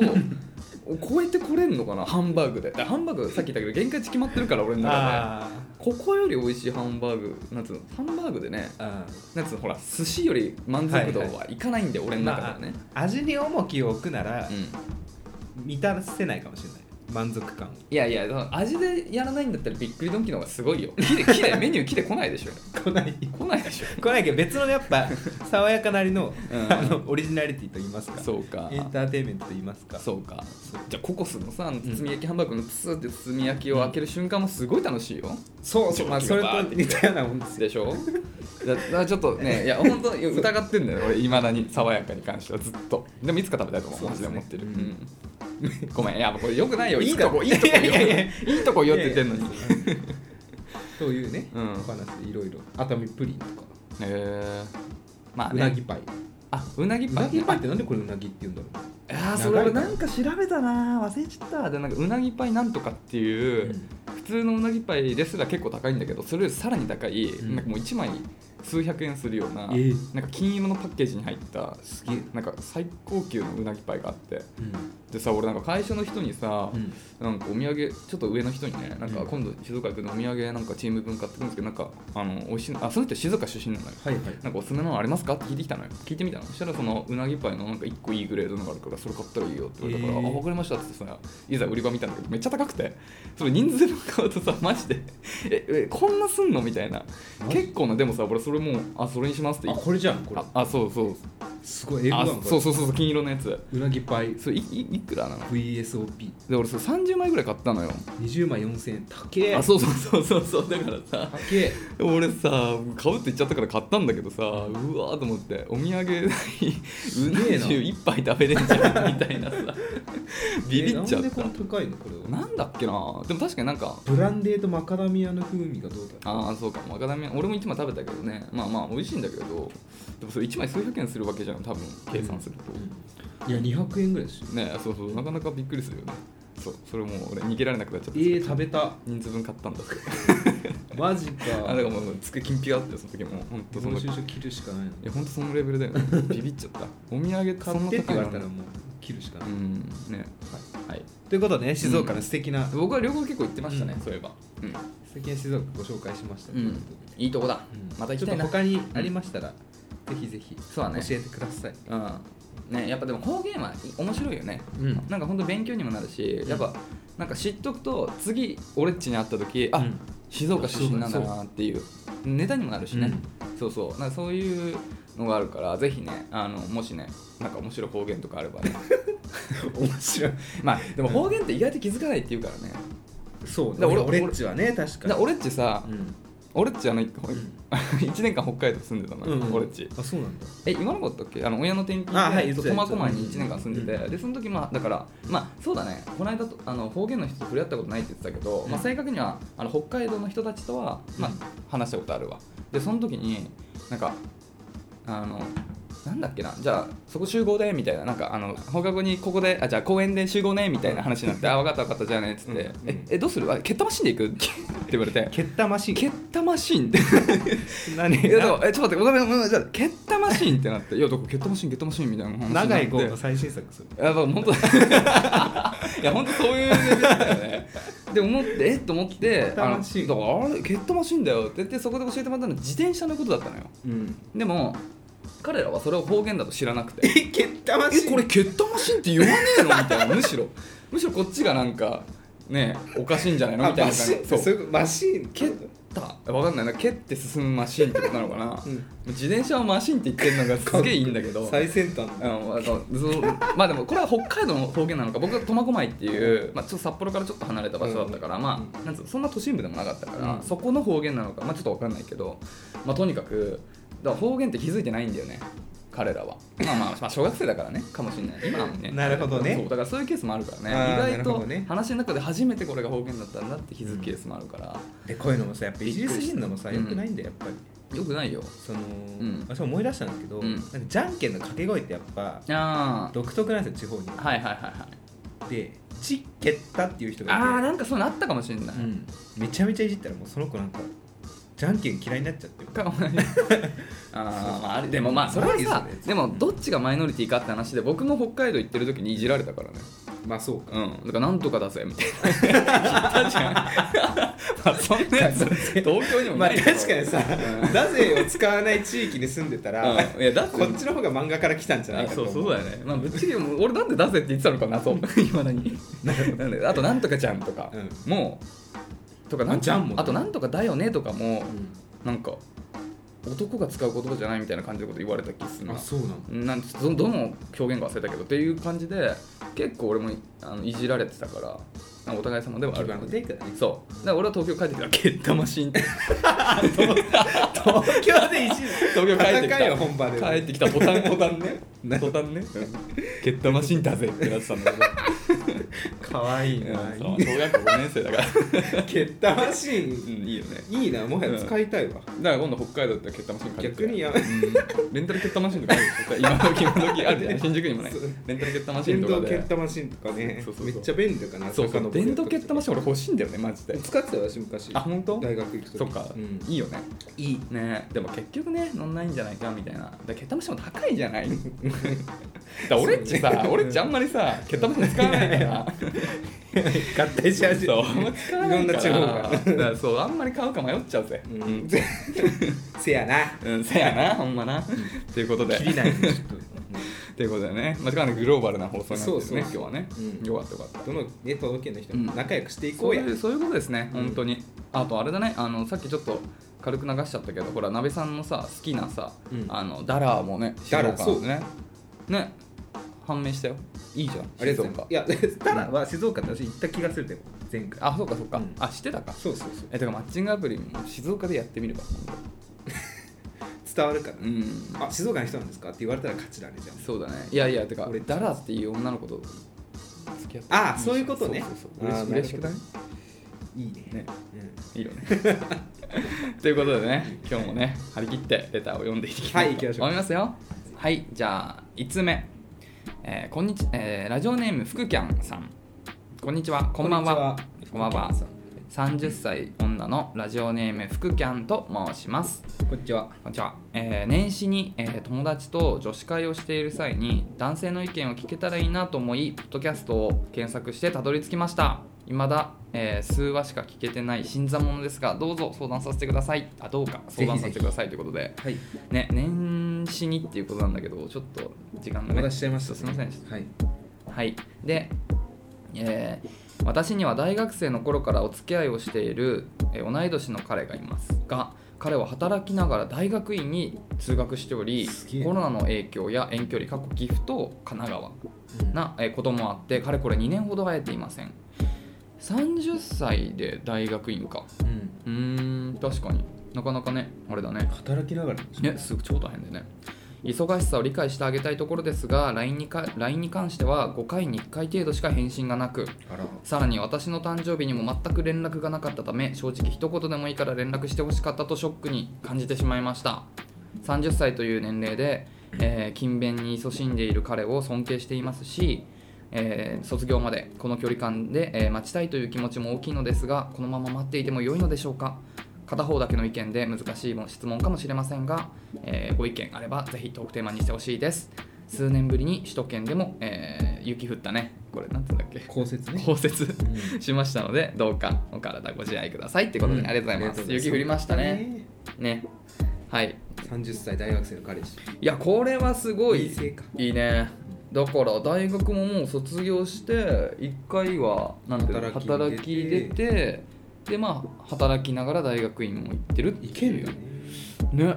[SPEAKER 2] 超えてこれんのかなハンバーグでだからハンバーグさっき言ったけど限界値決まってるから俺の中
[SPEAKER 1] あ
[SPEAKER 2] でここより美味しいハンバーグなんつうのハンバーグでね
[SPEAKER 1] ーあ
[SPEAKER 2] なんつうのほら寿司より満足度はいかないんで、
[SPEAKER 1] ー
[SPEAKER 2] 俺の中ではね、
[SPEAKER 1] まあ味に重きを置くなら、
[SPEAKER 2] うん
[SPEAKER 1] 満たせないかもしれない満足感を
[SPEAKER 2] いやいやその味でやらないんだったらびっくりドンキーの方がすごいよ木で木でメニュー木で来ないでしょ
[SPEAKER 1] 来ない
[SPEAKER 2] 来ないでしょ
[SPEAKER 1] 来ないけど別のやっぱ爽やかなりの,、
[SPEAKER 2] うん
[SPEAKER 1] あのオリジナリティと言いますか
[SPEAKER 2] そうか
[SPEAKER 1] エンターテインメントと言いますか
[SPEAKER 2] そうかじゃあココスのさあの包み焼きハンバーグのプスって包み焼きを開ける瞬間もすごい楽しいよ、
[SPEAKER 1] そうそう、まあ、それと似たようなもんですよ
[SPEAKER 2] でしょだからちょっと ねいや本当疑ってんだよ俺いまだに爽やかに関してはずっとでもいつか食べたいと思う
[SPEAKER 1] そう
[SPEAKER 2] マ
[SPEAKER 1] です
[SPEAKER 2] ジで
[SPEAKER 1] ね
[SPEAKER 2] 思ってる、うん ごめんいやもうこれよくないよ
[SPEAKER 1] いい
[SPEAKER 2] つか
[SPEAKER 1] とこ
[SPEAKER 2] いいとこよ
[SPEAKER 1] いやいやい
[SPEAKER 2] いいとこよって言ってんのに
[SPEAKER 1] い
[SPEAKER 2] へ
[SPEAKER 1] やいやいや というね、
[SPEAKER 2] うん
[SPEAKER 1] お話でいろいろ熱海プリンとか
[SPEAKER 2] えまあ
[SPEAKER 1] う
[SPEAKER 2] ね
[SPEAKER 1] なぎパイ
[SPEAKER 2] あうなぎ
[SPEAKER 1] う
[SPEAKER 2] パ
[SPEAKER 1] な
[SPEAKER 2] イね
[SPEAKER 1] ぎパイってなんでこれうなぎって言うんだろう
[SPEAKER 2] あー
[SPEAKER 1] 流
[SPEAKER 2] そ
[SPEAKER 1] れた
[SPEAKER 2] れなんか調べたな忘れちゃったでなんかうなぎパイなんとかっていう、普通のうなぎパイですら結構高いんだけどそれよりさらに高い、
[SPEAKER 1] ん
[SPEAKER 2] なんかもう1枚数百円するような、
[SPEAKER 1] えー
[SPEAKER 2] なんか金色のパッケージに入った
[SPEAKER 1] すげえ
[SPEAKER 2] なんか最高級のうなぎパイがあって
[SPEAKER 1] うん
[SPEAKER 2] でさ俺なんか会社の人にさ、
[SPEAKER 1] うん
[SPEAKER 2] なんかお土産ちょっと上の人にねなんか
[SPEAKER 1] うん
[SPEAKER 2] 今度静岡行くのお土産なんかチーム分買ってくるんですけどなんかあの美味しいのあその人静岡出身なのよ
[SPEAKER 1] はいはい
[SPEAKER 2] なんかおすすめなのありますかって聞いてきたのよ聞いてみたのそしたらそのうなぎパイのなんか1個いいグレードのがあるからそれ買ったらいいよって言われたから、
[SPEAKER 1] へー
[SPEAKER 2] あ分かりましたってさいざ売り場見たんだけどめっちゃ高くてそれ人数分買うとさマジでええこんなすんのみたいな
[SPEAKER 1] マジ
[SPEAKER 2] 結構なでもさ俺それもうあそれにしますって
[SPEAKER 1] あこれじゃんこれ
[SPEAKER 2] ああそうそう
[SPEAKER 1] すごい英語
[SPEAKER 2] あ
[SPEAKER 1] だもんこれ
[SPEAKER 2] そうそうそうそう金色のやつ
[SPEAKER 1] うなぎパイ
[SPEAKER 2] それいいいくらなの
[SPEAKER 1] VSOP20
[SPEAKER 2] で俺それ30枚ぐらい買ったのよ
[SPEAKER 1] 枚4000円高え
[SPEAKER 2] あそうそうそうそうそうだからさ
[SPEAKER 1] 高え
[SPEAKER 2] 俺さ買うって言っちゃったから買ったんだけどさうわーと思ってお土産代うな
[SPEAKER 1] げえな
[SPEAKER 2] 重一杯食べれんじゃんみた いなさ ビビっちゃっ
[SPEAKER 1] え
[SPEAKER 2] た
[SPEAKER 1] なんでこれ高いのこれは
[SPEAKER 2] なんだっけなでも確かになんか
[SPEAKER 1] ブランデーとマカダミアの風味がどうだ
[SPEAKER 2] ああそうかマカダミア俺も1枚食べたけどねまあまあ美味しいんだけどでもそれ1枚数百円するわけじゃん多分計算すると、
[SPEAKER 1] いや200円ぐらいでしょ
[SPEAKER 2] ねそうそうなかなかびっくりするよねそうそれもう俺逃げられなくなっちゃった
[SPEAKER 1] えー、食べた
[SPEAKER 2] 人数分買ったんだって
[SPEAKER 1] マジ
[SPEAKER 2] あ
[SPEAKER 1] か
[SPEAKER 2] だからもうつく金ピがあってその時も本当そ
[SPEAKER 1] 領
[SPEAKER 2] のい
[SPEAKER 1] 収書切るしかないの
[SPEAKER 2] や本当そのレベル だよねビビっちゃったお土産
[SPEAKER 1] 買
[SPEAKER 2] そん
[SPEAKER 1] っ
[SPEAKER 2] な
[SPEAKER 1] てって
[SPEAKER 2] 高
[SPEAKER 1] 言
[SPEAKER 2] い
[SPEAKER 1] わ
[SPEAKER 2] の
[SPEAKER 1] れたらもう切るしかな
[SPEAKER 2] う
[SPEAKER 1] い、
[SPEAKER 2] んねはい、
[SPEAKER 1] ということでね静岡の素敵な、
[SPEAKER 2] 僕は旅行結構行ってましたね、
[SPEAKER 1] うん
[SPEAKER 2] そういえばうん、
[SPEAKER 1] 素敵な静岡ご紹介しました、
[SPEAKER 2] うん
[SPEAKER 1] というこ
[SPEAKER 2] いいとこだ、
[SPEAKER 1] とでうん
[SPEAKER 2] また行きたいな
[SPEAKER 1] ちょっと他にありましたら、ぜひぜひ
[SPEAKER 2] そうだね
[SPEAKER 1] 教えてください
[SPEAKER 2] うんね、やっぱでも方言はい面白いよね、
[SPEAKER 1] うん
[SPEAKER 2] なんか本当勉強にもなるしやっぱなんか知っとくと次俺っちに会った時あ、
[SPEAKER 1] うん
[SPEAKER 2] 静岡出身なんだなっていうネタにもなるしね、そうそうなんかそういうのがあるからぜひねあのもしねなんか面白い方言とかあ ればね
[SPEAKER 1] 面白い
[SPEAKER 2] まあでも方言って意外と気づかないっていうからね
[SPEAKER 1] そう
[SPEAKER 2] だ
[SPEAKER 1] ね
[SPEAKER 2] から
[SPEAKER 1] 俺
[SPEAKER 2] 俺
[SPEAKER 1] 俺っちはね確か
[SPEAKER 2] だ
[SPEAKER 1] に
[SPEAKER 2] から俺っちさ、
[SPEAKER 1] うん
[SPEAKER 2] 俺っちあの 1年間北海道住んでたのよ、
[SPEAKER 1] うん
[SPEAKER 2] 俺っち
[SPEAKER 1] あそうなんだ
[SPEAKER 2] え言わなかったっけあの親の転勤
[SPEAKER 1] あはい
[SPEAKER 2] でそう
[SPEAKER 1] 言ってた
[SPEAKER 2] 苫小牧に1年間住んでて、
[SPEAKER 1] うん
[SPEAKER 2] でその時まあだからまあそうだねこの間とあの方言の人と触れ合ったことないって言ってたけど、
[SPEAKER 1] うん
[SPEAKER 2] まあ、正確にはあの北海道の人たちとは、まあ
[SPEAKER 1] うん、
[SPEAKER 2] 話したことあるわでその時になんかあのなんだっけなじゃあそこ集合でみたいななんかあの放課後にここであじゃあ公園で集合ねみたいな話 になって「あ分かった分かったじゃあね」っつって
[SPEAKER 1] うん
[SPEAKER 2] 「ええどうするあ蹴ったマシンで行く?」って言われて
[SPEAKER 1] 蹴ったマシ
[SPEAKER 2] 「
[SPEAKER 1] ン
[SPEAKER 2] 蹴ったマシン」って
[SPEAKER 1] 何
[SPEAKER 2] いやだからえちょっと待ってごめんごめんごめんじゃあ蹴ったマシーンってなっていやだから蹴ったマシーン蹴ったマシーンみたいな話になって
[SPEAKER 1] 長い号の最新作それ
[SPEAKER 2] いやだから本当 いや本当そういうレベルだよねで思ってえっと思って
[SPEAKER 1] 蹴った
[SPEAKER 2] あの
[SPEAKER 1] マシーン
[SPEAKER 2] だからあれ蹴ったマシーンだよって言ってそこで教えてもらったのは自転車のことだったのよ
[SPEAKER 1] うん
[SPEAKER 2] でも彼らはそれを方言だと知らなくて
[SPEAKER 1] え蹴ったマシン
[SPEAKER 2] えこれ蹴ったマシンって言わねえのみたいなむしろむしろこっちがなんかねおかしいんじゃないのみたいな感じ
[SPEAKER 1] そうそういうことマシン
[SPEAKER 2] 蹴った分かんないな蹴って進むマシンってことなのかな、
[SPEAKER 1] うん
[SPEAKER 2] 自転車をマシンって言ってるのがすげえいいんだけど
[SPEAKER 1] 最先端
[SPEAKER 2] うん、あのそうまあでもこれは北海道の方言なのか僕は苫小牧っていう、まあ、ちょっと札幌からちょっと離れた場所だったから、
[SPEAKER 1] うん
[SPEAKER 2] まあなんつうのそんな都心部でもなかったから、
[SPEAKER 1] うん
[SPEAKER 2] そこの方言なのかまあちょっと分かんないけど、まあ、とにかくだから方言って気づいてないんだよね彼らはまあまあ、まあ、小学生だからねかもしれない今はね
[SPEAKER 1] なるほどね
[SPEAKER 2] そうだからそういうケースもあるからね
[SPEAKER 1] あーな
[SPEAKER 2] 意外
[SPEAKER 1] るほど
[SPEAKER 2] と
[SPEAKER 1] ね
[SPEAKER 2] 話の中で初めてこれが方言だったんだって気づくケースもあるから、
[SPEAKER 1] でこういうのもさやっぱイギリス人のもさ
[SPEAKER 2] びっ
[SPEAKER 1] よ
[SPEAKER 2] くり
[SPEAKER 1] く
[SPEAKER 2] した
[SPEAKER 1] ないんだよやっぱり
[SPEAKER 2] よくないよ
[SPEAKER 1] その、
[SPEAKER 2] ん
[SPEAKER 1] 私思い出したんだけど、
[SPEAKER 2] うん
[SPEAKER 1] なんかじゃんけんの掛け声ってやっぱ
[SPEAKER 2] あ
[SPEAKER 1] 独特なんですよ地方に
[SPEAKER 2] あはいはいはいはい
[SPEAKER 1] で「ち蹴った」っていう人がいて
[SPEAKER 2] ああなんかそういうのあったかもしれない、
[SPEAKER 1] うんめちゃめちゃいじったらもうその子なんかじゃんけん嫌いになっちゃってる
[SPEAKER 2] かわ いいあーまああれでもまあそれは
[SPEAKER 1] ない
[SPEAKER 2] さ
[SPEAKER 1] ですよね
[SPEAKER 2] でもどっちがマイノリティかって話で僕も北海道行ってる時にいじられたからね
[SPEAKER 1] まあそうか
[SPEAKER 2] うんだからなんとかだぜみたい な言ったじゃんまあそんなやつ東京にも
[SPEAKER 1] まあ
[SPEAKER 2] ないけど
[SPEAKER 1] 確かにさ 「だぜ」を使わない地域に住んでたら、
[SPEAKER 2] うんいやだって
[SPEAKER 1] こっちの方が漫画から来たんじゃない
[SPEAKER 2] あ
[SPEAKER 1] かと
[SPEAKER 2] そう
[SPEAKER 1] 思う
[SPEAKER 2] そうだよねまあぶっちゃけもう俺なんで出せって言ってたのかなそういまだに なんであとなんとかちゃんとか
[SPEAKER 1] う
[SPEAKER 2] もうとかな
[SPEAKER 1] あ
[SPEAKER 2] ん
[SPEAKER 1] じゃんも
[SPEAKER 2] あとなんとかだよねとかも
[SPEAKER 1] うん
[SPEAKER 2] なんか男が使う言葉じゃないみたいな感じのこと言われた気するな
[SPEAKER 1] あそうなの
[SPEAKER 2] なんちょっとどどの表現か忘れたけどっていう感じで結構俺もあのいじられてたからなんかお互い様ではある
[SPEAKER 1] 気分の転換だね
[SPEAKER 2] そうだから俺は東京帰ってきたら 蹴ったマシンって
[SPEAKER 1] 東京でいじる
[SPEAKER 2] 東京帰ってき
[SPEAKER 1] 戦いよ
[SPEAKER 2] た
[SPEAKER 1] 本場で
[SPEAKER 2] 帰ってきたボタンボタン ね
[SPEAKER 1] な
[SPEAKER 2] ボタンね蹴ったマシンだぜってなってたんだけど
[SPEAKER 1] かわ いい
[SPEAKER 2] うん
[SPEAKER 1] な
[SPEAKER 2] そう小学校5年生だから
[SPEAKER 1] 蹴ったマシ
[SPEAKER 2] う
[SPEAKER 1] ー
[SPEAKER 2] んいいよね
[SPEAKER 1] ンいいなもはや使いたいわ、
[SPEAKER 2] だから今度北海道行ったら蹴ったマシン借りて
[SPEAKER 1] 逆にや
[SPEAKER 2] うんレンタル蹴ったマシンとかあるでしょ今時今時あるじゃん 新宿にもね
[SPEAKER 1] そう
[SPEAKER 2] レンタル蹴ったマシン
[SPEAKER 1] 電
[SPEAKER 2] とか
[SPEAKER 1] 動蹴
[SPEAKER 2] で
[SPEAKER 1] ったマシンとかね
[SPEAKER 2] そうそうそう
[SPEAKER 1] めっちゃ便利だからな
[SPEAKER 2] そうそう電動蹴ったマ
[SPEAKER 1] シ
[SPEAKER 2] シン俺欲しいんだよねマジで
[SPEAKER 1] 使ってたよ私昔
[SPEAKER 2] あ本当
[SPEAKER 1] 大学行く時
[SPEAKER 2] そっか、
[SPEAKER 1] うん
[SPEAKER 2] いいよね
[SPEAKER 1] いい
[SPEAKER 2] ねでも結局ね乗んないんじゃないかみたいなだからケタマシも高いじゃない だから俺っちさ、
[SPEAKER 1] そうね
[SPEAKER 2] 俺っちあんまりさケタマシ使わないから
[SPEAKER 1] 合体し始め
[SPEAKER 2] そうあんま使わない
[SPEAKER 1] いろん
[SPEAKER 2] から
[SPEAKER 1] な地方が
[SPEAKER 2] だからそうあんまり買うか迷っちゃうぜ
[SPEAKER 1] うん せやな
[SPEAKER 2] うんせやなほんまなということで
[SPEAKER 1] 切りないでちょっと
[SPEAKER 2] ということでね、まあ、時間なくグローバルな放送になってるね、
[SPEAKER 1] そうそうそう
[SPEAKER 2] 今日はね、
[SPEAKER 1] うん
[SPEAKER 2] よかったよかった。
[SPEAKER 1] どのね都道府県の人
[SPEAKER 2] うん
[SPEAKER 1] も仲良くしていこ
[SPEAKER 2] そうう
[SPEAKER 1] や、
[SPEAKER 2] いうそういうことですね、
[SPEAKER 1] うん
[SPEAKER 2] 本当に。あとあれだねあの、さっきちょっと軽く流しちゃったけど、ほら、なべさんのさ、好きなさ、
[SPEAKER 1] うん
[SPEAKER 2] あのダラーもね、
[SPEAKER 1] ダラー
[SPEAKER 2] 静岡なんでね。ね、判明したよ。いいじゃん、
[SPEAKER 1] ありがとうご
[SPEAKER 2] 静
[SPEAKER 1] ざ
[SPEAKER 2] 岡
[SPEAKER 1] いますいや ただは静岡って私行った気がするでも前回
[SPEAKER 2] あ、そうかそうか、
[SPEAKER 1] うん
[SPEAKER 2] あ、してたか。
[SPEAKER 1] そうそうそう
[SPEAKER 2] え、てかマッチングアプリも静岡でやってみれば。
[SPEAKER 1] 伝わるから、
[SPEAKER 2] うん、
[SPEAKER 1] あ静岡の人なんですかって言われたら勝ちだねじゃ
[SPEAKER 2] そうだね。いやいや、てか、
[SPEAKER 1] 俺
[SPEAKER 2] ダラーっていう女の子と付き合って
[SPEAKER 1] あそういうことね
[SPEAKER 2] そうそうそう
[SPEAKER 1] あー
[SPEAKER 2] 嬉し嬉しくない
[SPEAKER 1] あいいね
[SPEAKER 2] ね
[SPEAKER 1] うん
[SPEAKER 2] いいよね。 ということでね、今日もね、張り切ってレターを読んでいきた
[SPEAKER 1] はい
[SPEAKER 2] い
[SPEAKER 1] 行きまし
[SPEAKER 2] と
[SPEAKER 1] ょう
[SPEAKER 2] 思いますよ。はい、じゃあ、5つ目。えーこんにちえーラジオネーム、ふくきゃんさん。こんにちは、こんばんは。こんばんは。30歳女のラジオネーム、ふくきゃんと申します。
[SPEAKER 1] こんにちは
[SPEAKER 2] こんにちは、えー年始に、えー友達と女子会をしている際に男性の意見を聞けたらいいなと思いポッドキャストを検索してたどり着きました未だ、えー数話しか聞けてない新参者ですがどうぞ相談させてくださいあどうか相談させてくださいということで
[SPEAKER 1] はい
[SPEAKER 2] ね年始にっていうことなんだけどちょっと時間
[SPEAKER 1] お
[SPEAKER 2] が
[SPEAKER 1] 待
[SPEAKER 2] ね
[SPEAKER 1] たせしちゃいました
[SPEAKER 2] すいません
[SPEAKER 1] はい
[SPEAKER 2] はい、で、えー私には大学生の頃からお付き合いをしている、えー同い年の彼がいますが彼は働きながら大学院に通学しており
[SPEAKER 1] すげえ
[SPEAKER 2] コロナの影響や遠距離過去岐阜と神奈川な、えーこともあってかれこれ2年ほど会えていません30歳で大学院か
[SPEAKER 1] うんうん
[SPEAKER 2] うーん確かになかなかねあれだね
[SPEAKER 1] 働きながらでしょ
[SPEAKER 2] ね、すぐ超大変でね忙しさを理解してあげたいところですが LINE にか LINE に関しては5回に1回程度しか返信がなく
[SPEAKER 1] あら
[SPEAKER 2] さらに私の誕生日にも全く連絡がなかったため正直一言でもいいから連絡してほしかったとショックに感じてしまいました30歳という年齢で、えー勤勉に勤しんでいる彼を尊敬していますし、えー卒業までこの距離感で、えー待ちたいという気持ちも大きいのですがこのまま待っていても良いのでしょうか片方だけの意見で難しい質問かもしれませんが、えーご意見あればぜひトークテーマにしてほしいです数年ぶりに首都圏でも、えー雪降ったねこれなんて言うんだっけ
[SPEAKER 1] 降雪ね
[SPEAKER 2] 包摂
[SPEAKER 1] う
[SPEAKER 2] しましたのでどうかお体ご自愛くださいってことで、ありがとうございます雪降りましたねねはい
[SPEAKER 1] 30歳大学生の彼氏
[SPEAKER 2] いやこれはすごい
[SPEAKER 1] いい成果
[SPEAKER 2] いいねだから大学ももう卒業して1回はなんていうの働
[SPEAKER 1] 働
[SPEAKER 2] き
[SPEAKER 1] き
[SPEAKER 2] に
[SPEAKER 1] に
[SPEAKER 2] 出
[SPEAKER 1] 出て
[SPEAKER 2] てでまあ働きながら大学院も行ってるっていう
[SPEAKER 1] いけるよね
[SPEAKER 2] ね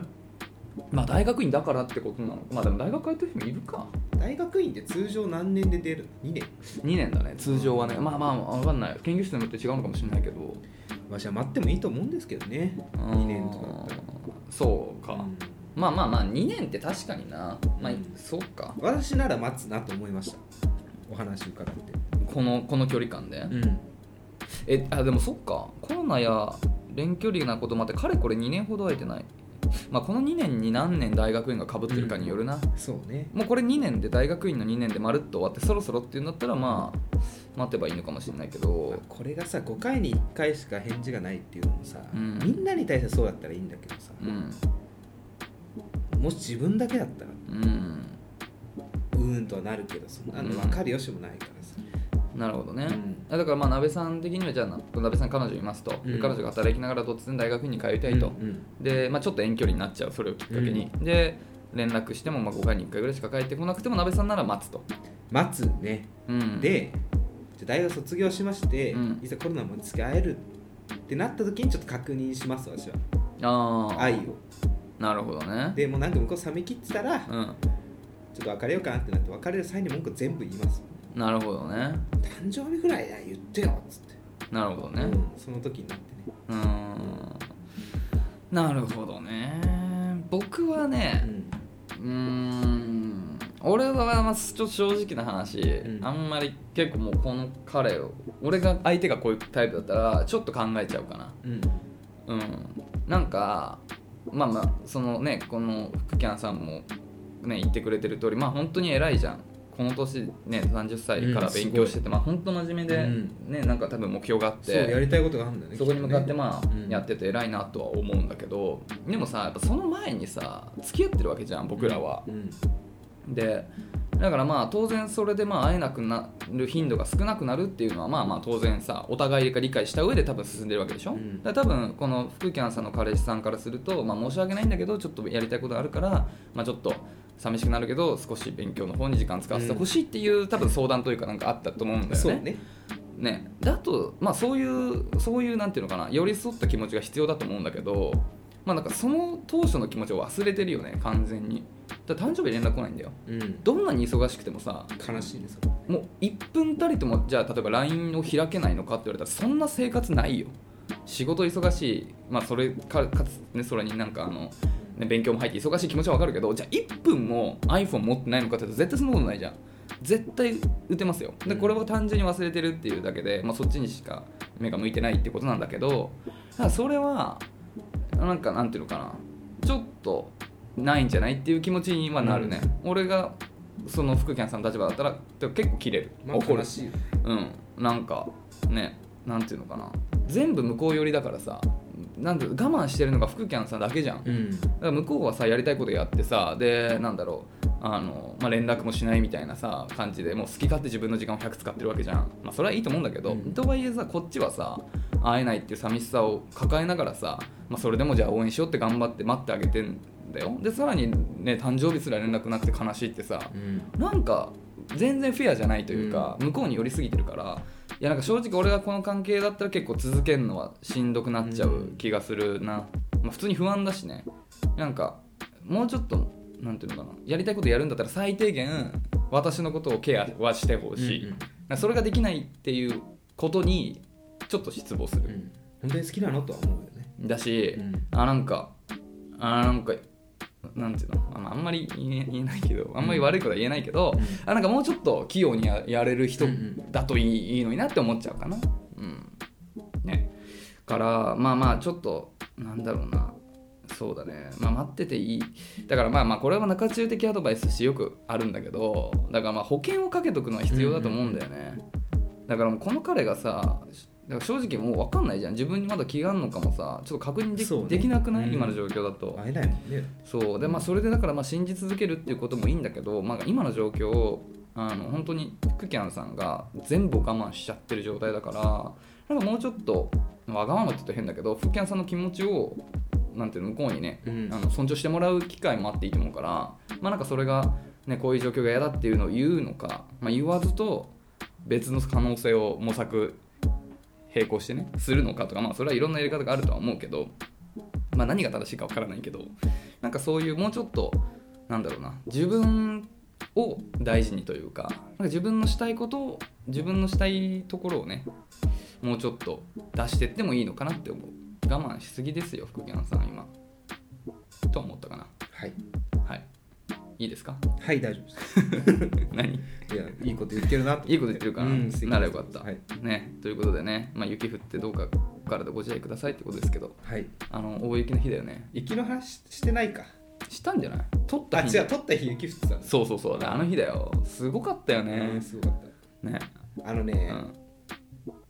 [SPEAKER 2] まあ大学院だからってことなのかまあでも大学通ってる人もいるか
[SPEAKER 1] 大学院って通常何年で出るの2年
[SPEAKER 2] 2年だね通常はねまあまあ分かんない研究室によって違うのかもしれないけど
[SPEAKER 1] わしは待ってもいいと思うんですけどね2年とかだったら
[SPEAKER 2] うんそうか、
[SPEAKER 1] うん
[SPEAKER 2] まあまあまあ2年って確かになまあ、
[SPEAKER 1] うん
[SPEAKER 2] そうか
[SPEAKER 1] 私なら待つなと思いましたお話伺って
[SPEAKER 2] このこの距離感で、
[SPEAKER 1] ん
[SPEAKER 2] えあでもそっかコロナや遠距離なこともあってかれこれ2年ほど空いてないまあこの2年に何年大学院がかぶってるかによるな、
[SPEAKER 1] そうね
[SPEAKER 2] もうこれ2年で大学院の2年でまるっと終わってそろそろっていうんだったらまあ待てばいいのかもしれないけど
[SPEAKER 1] これがさ5回に1回しか返事がないっていうのもさ、
[SPEAKER 2] うん
[SPEAKER 1] みんなに対してそうだったらいいんだけどさ、
[SPEAKER 2] うん
[SPEAKER 1] もし自分だけだったら
[SPEAKER 2] うん
[SPEAKER 1] うーんとはなるけどそんなの分かるよしもないからさ、
[SPEAKER 2] なるほどね、
[SPEAKER 1] うん
[SPEAKER 2] だからまあ鍋さん的にはじゃあな鍋さん彼女いますと、で
[SPEAKER 1] うん
[SPEAKER 2] 彼女が働きながら突然大学院に通いたいと、
[SPEAKER 1] うん
[SPEAKER 2] で、まあ、ちょっと遠距離になっちゃうそれをきっかけに、で連絡してもまあ5回に1回ぐらいしか帰ってこなくても鍋さんなら待つと、
[SPEAKER 1] 待つね、
[SPEAKER 2] うん、
[SPEAKER 1] でじゃあ大学卒業しまして、
[SPEAKER 2] うん
[SPEAKER 1] いざコロナも付き合えるってなった時にちょっと確認します私は
[SPEAKER 2] あー
[SPEAKER 1] 愛を
[SPEAKER 2] なるほどね
[SPEAKER 1] でもうなんか向こう冷め切ってたらちょ
[SPEAKER 2] うん
[SPEAKER 1] っと別れようかなってなって別れる際に文句全部言います
[SPEAKER 2] なるほどね
[SPEAKER 1] 誕生日ぐらいだ言ってよっつって
[SPEAKER 2] なるほどね
[SPEAKER 1] うんその時になってね、
[SPEAKER 2] うーんなるほどね僕はねうーん俺はまあちょっと正直な話、
[SPEAKER 1] ん
[SPEAKER 2] あんまり結構もうこの彼を俺が相手がこういうタイプだったらちょっと考えちゃうかな
[SPEAKER 1] うんうん
[SPEAKER 2] うん、なんかまあまあそのねこの福キャンさんもね言ってくれてる通りまあ本当に偉いじゃんこの年ね30歳から
[SPEAKER 1] うんすごい
[SPEAKER 2] 勉強してて、まあ本当真面目で、
[SPEAKER 1] うん
[SPEAKER 2] ねなんか多分目標があっ
[SPEAKER 1] そうや
[SPEAKER 2] て
[SPEAKER 1] りたいことがあるんだよね
[SPEAKER 2] そこに向かって
[SPEAKER 1] きとね
[SPEAKER 2] ま
[SPEAKER 1] うん
[SPEAKER 2] あやってて偉いなとは思うんだけどでもさやっぱその前にさ付き合ってるわけじゃん僕らは。
[SPEAKER 1] うん
[SPEAKER 2] でだからまあ当然それでまあ会えなくなる頻度が少なくなるっていうのはまあまあ当然さお互いが理解した上で多分進んでるわけでしょ、
[SPEAKER 1] うん
[SPEAKER 2] だから多分この福キャンさんの彼氏さんからすると、まあ、申し訳ないんだけどちょっとやりたいことがあるから、まあ、ちょっと寂しくなるけど少し勉強の方に時間使わせてほしいっていう多分相談というかなんかあったと思うんだよね。
[SPEAKER 1] そうね
[SPEAKER 2] ね、であと、まあ、そういうそういうなんていうのかな寄り添った気持ちが必要だと思うんだけど、まあ、なんかその当初の気持ちを忘れてるよね完全にだから誕生日連絡来ないんだよ
[SPEAKER 1] うん
[SPEAKER 2] どんなに忙しくてもさ
[SPEAKER 1] 悲しいです
[SPEAKER 2] もう1分たりともじゃあ例えば LINE を開けないのかって言われたらそんな生活ないよ仕事忙しい、まあ、それかかつ、ね、それになんかあの、ね、勉強も入って忙しい気持ちはわかるけどじゃあ1分も iPhone 持ってないのかって言うと絶対そんなことないじゃん絶対打てますよでこれは単純に忘れてるっていうだけで、まあ、そっちにしか目が向いてないってことなんだけどだからそれはなんかなんていうのかなちょっとないんじゃないっていう気持ちにはなるね、俺がその福健さんの立場だったらでも結構切れる、
[SPEAKER 1] まあ
[SPEAKER 2] 怒
[SPEAKER 1] 悲
[SPEAKER 2] る
[SPEAKER 1] しいよ
[SPEAKER 2] うんなんかねなんていうのかな全部向こう寄りだからさなんていうの我慢してるのが福健さんだけじゃん、だ
[SPEAKER 1] うん
[SPEAKER 2] から向こうはさやりたいことやってさでなんだろうあの、まあ、連絡もしないみたいなさ感じでもう好き勝手自分の時間を100使ってるわけじゃん、まあ、それはいいと思うんだけど、
[SPEAKER 1] うん
[SPEAKER 2] とはいえさこっちはさ会えないっていう寂しさを抱えながらさ、まあ、それでもじゃあ応援しようって頑張って待ってあげてんだよでさらにね誕生日すら連絡なくて悲しいってさ、
[SPEAKER 1] うん
[SPEAKER 2] なんか全然フェアじゃないというか、向こうに寄りすぎてるからいやなんか正直俺がこの関係だったら結構続けるのはしんどくなっちゃう気がするな、まあ、普通に不安だしねなんかもうちょっとなんていうのかなやりたいことやるんだったら最低限私のことをケアはしてほしい、
[SPEAKER 1] うんうん
[SPEAKER 2] なんかそれができないっていうことにちょっと失望す
[SPEAKER 1] う
[SPEAKER 2] る、
[SPEAKER 1] ん本当に好きなのとは思うよね
[SPEAKER 2] だし、
[SPEAKER 1] うん
[SPEAKER 2] あなんかあなんかなんていうのあのあんまり言え言えないけどあんまり悪いことは言えないけど、
[SPEAKER 1] う
[SPEAKER 2] あなんかもうちょっと器用にややれる人
[SPEAKER 1] うんうん
[SPEAKER 2] だといい,、いいのになって思っちゃうかな。うん、ねからまあまあちょっとなんだろうなそうだね、まあ、待ってていいだからまあまあこれは中中的アドバイスしよくあるんだけどだからまあ保険をかけとくのは必要だと思うんだよね、だからもうこの彼がさだから正直もう分かんないじゃん自分にまだ気があるのかもさちょっと確認でき,、
[SPEAKER 1] そうね
[SPEAKER 2] できなくない、
[SPEAKER 1] うん
[SPEAKER 2] 今の状況だと
[SPEAKER 1] 会えないもんね
[SPEAKER 2] そうでまあそれでだからまあ信じ続けるっていうこともいいんだけど、まあ、今の状況をあの本当にクキャンさんが全部我慢しちゃってる状態だからなんかもうちょっとわがままって言うと変だけどクキャンさんの気持ちをなんていうの向こうにね
[SPEAKER 1] うん
[SPEAKER 2] あの尊重してもらう機会もあっていいと思うから、まあ、なんかそれが、ね、こういう状況が嫌だっていうのを言うのか、まあ、言わずと別の可能性を模索並行してねするのかとか、まあ、それはいろんなやり方があるとは思うけど、まあ、何が正しいかわからないけどなんかそういうもうちょっとなんだろうな自分を大事にというかなんか自分のしたいことを自分のしたいところをねもうちょっと出してってもいいのかなって思う我慢しすぎですよ福原さん今とは思ったかな
[SPEAKER 1] はい
[SPEAKER 2] はいいいで すか
[SPEAKER 1] はい大丈夫です
[SPEAKER 2] 何
[SPEAKER 1] いやいいこと言ってるなと思って
[SPEAKER 2] いいこと言ってるから、
[SPEAKER 1] うん素敵
[SPEAKER 2] ならよかった、
[SPEAKER 1] はい
[SPEAKER 2] ねということでね、まあ、雪降ってどうかからでご自愛くださいってことですけど
[SPEAKER 1] はい
[SPEAKER 2] あの大雪の日だよね
[SPEAKER 1] 雪の話してないか
[SPEAKER 2] したんじゃない取った
[SPEAKER 1] あ
[SPEAKER 2] 日
[SPEAKER 1] 違う取った日雪降ってたんです
[SPEAKER 2] そうそうそうあの日だよすごかったよ
[SPEAKER 1] う
[SPEAKER 2] ね
[SPEAKER 1] んすごかっ
[SPEAKER 2] ね、
[SPEAKER 1] たあのね、
[SPEAKER 2] うん、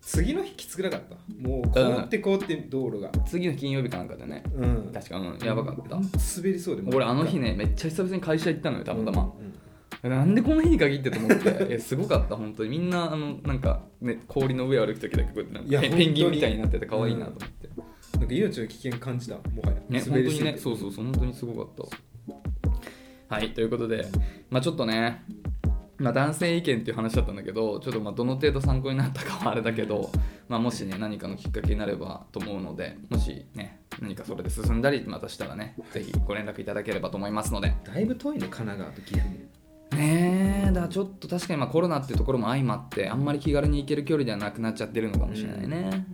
[SPEAKER 1] 次の日きつくなかったもう凍って凍って道路が
[SPEAKER 2] 次の金曜日かなんかでね
[SPEAKER 1] うん
[SPEAKER 2] 確かうんやばかった
[SPEAKER 1] 滑りそうでもう
[SPEAKER 2] 俺あの日ねめっちゃ久々に会社行ったのよたまたま、
[SPEAKER 1] うんうん
[SPEAKER 2] なんでこの日に限ってと思って えすごかった本当にみんなあのなんか、ね、氷の上を歩く時だけこうやってなん
[SPEAKER 1] いや
[SPEAKER 2] かペ
[SPEAKER 1] 本
[SPEAKER 2] ン
[SPEAKER 1] 当に
[SPEAKER 2] ペンギンみたいになってて可愛いなと思って、
[SPEAKER 1] なんか命の危険感じたもはや
[SPEAKER 2] ね
[SPEAKER 1] 滑
[SPEAKER 2] 本
[SPEAKER 1] りす
[SPEAKER 2] 当
[SPEAKER 1] ぎ
[SPEAKER 2] に
[SPEAKER 1] て
[SPEAKER 2] ねそうそうそう本当にすごかったはいということでまあちょっとねまあ、男性意見っていう話だったんだけどちょっとまあどの程度参考になったかはあれだけど、まあ、もしね何かのきっかけになればと思うのでもしね何かそれで進んだりまたしたらね是非ご連絡いただければと思いますので
[SPEAKER 1] だいぶ遠いね神奈川と岐阜ね
[SPEAKER 2] ねえだからちょっと確かにまあコロナっていうところも相まってあんまり気軽に行ける距離ではなくなっちゃってるのかもしれないね、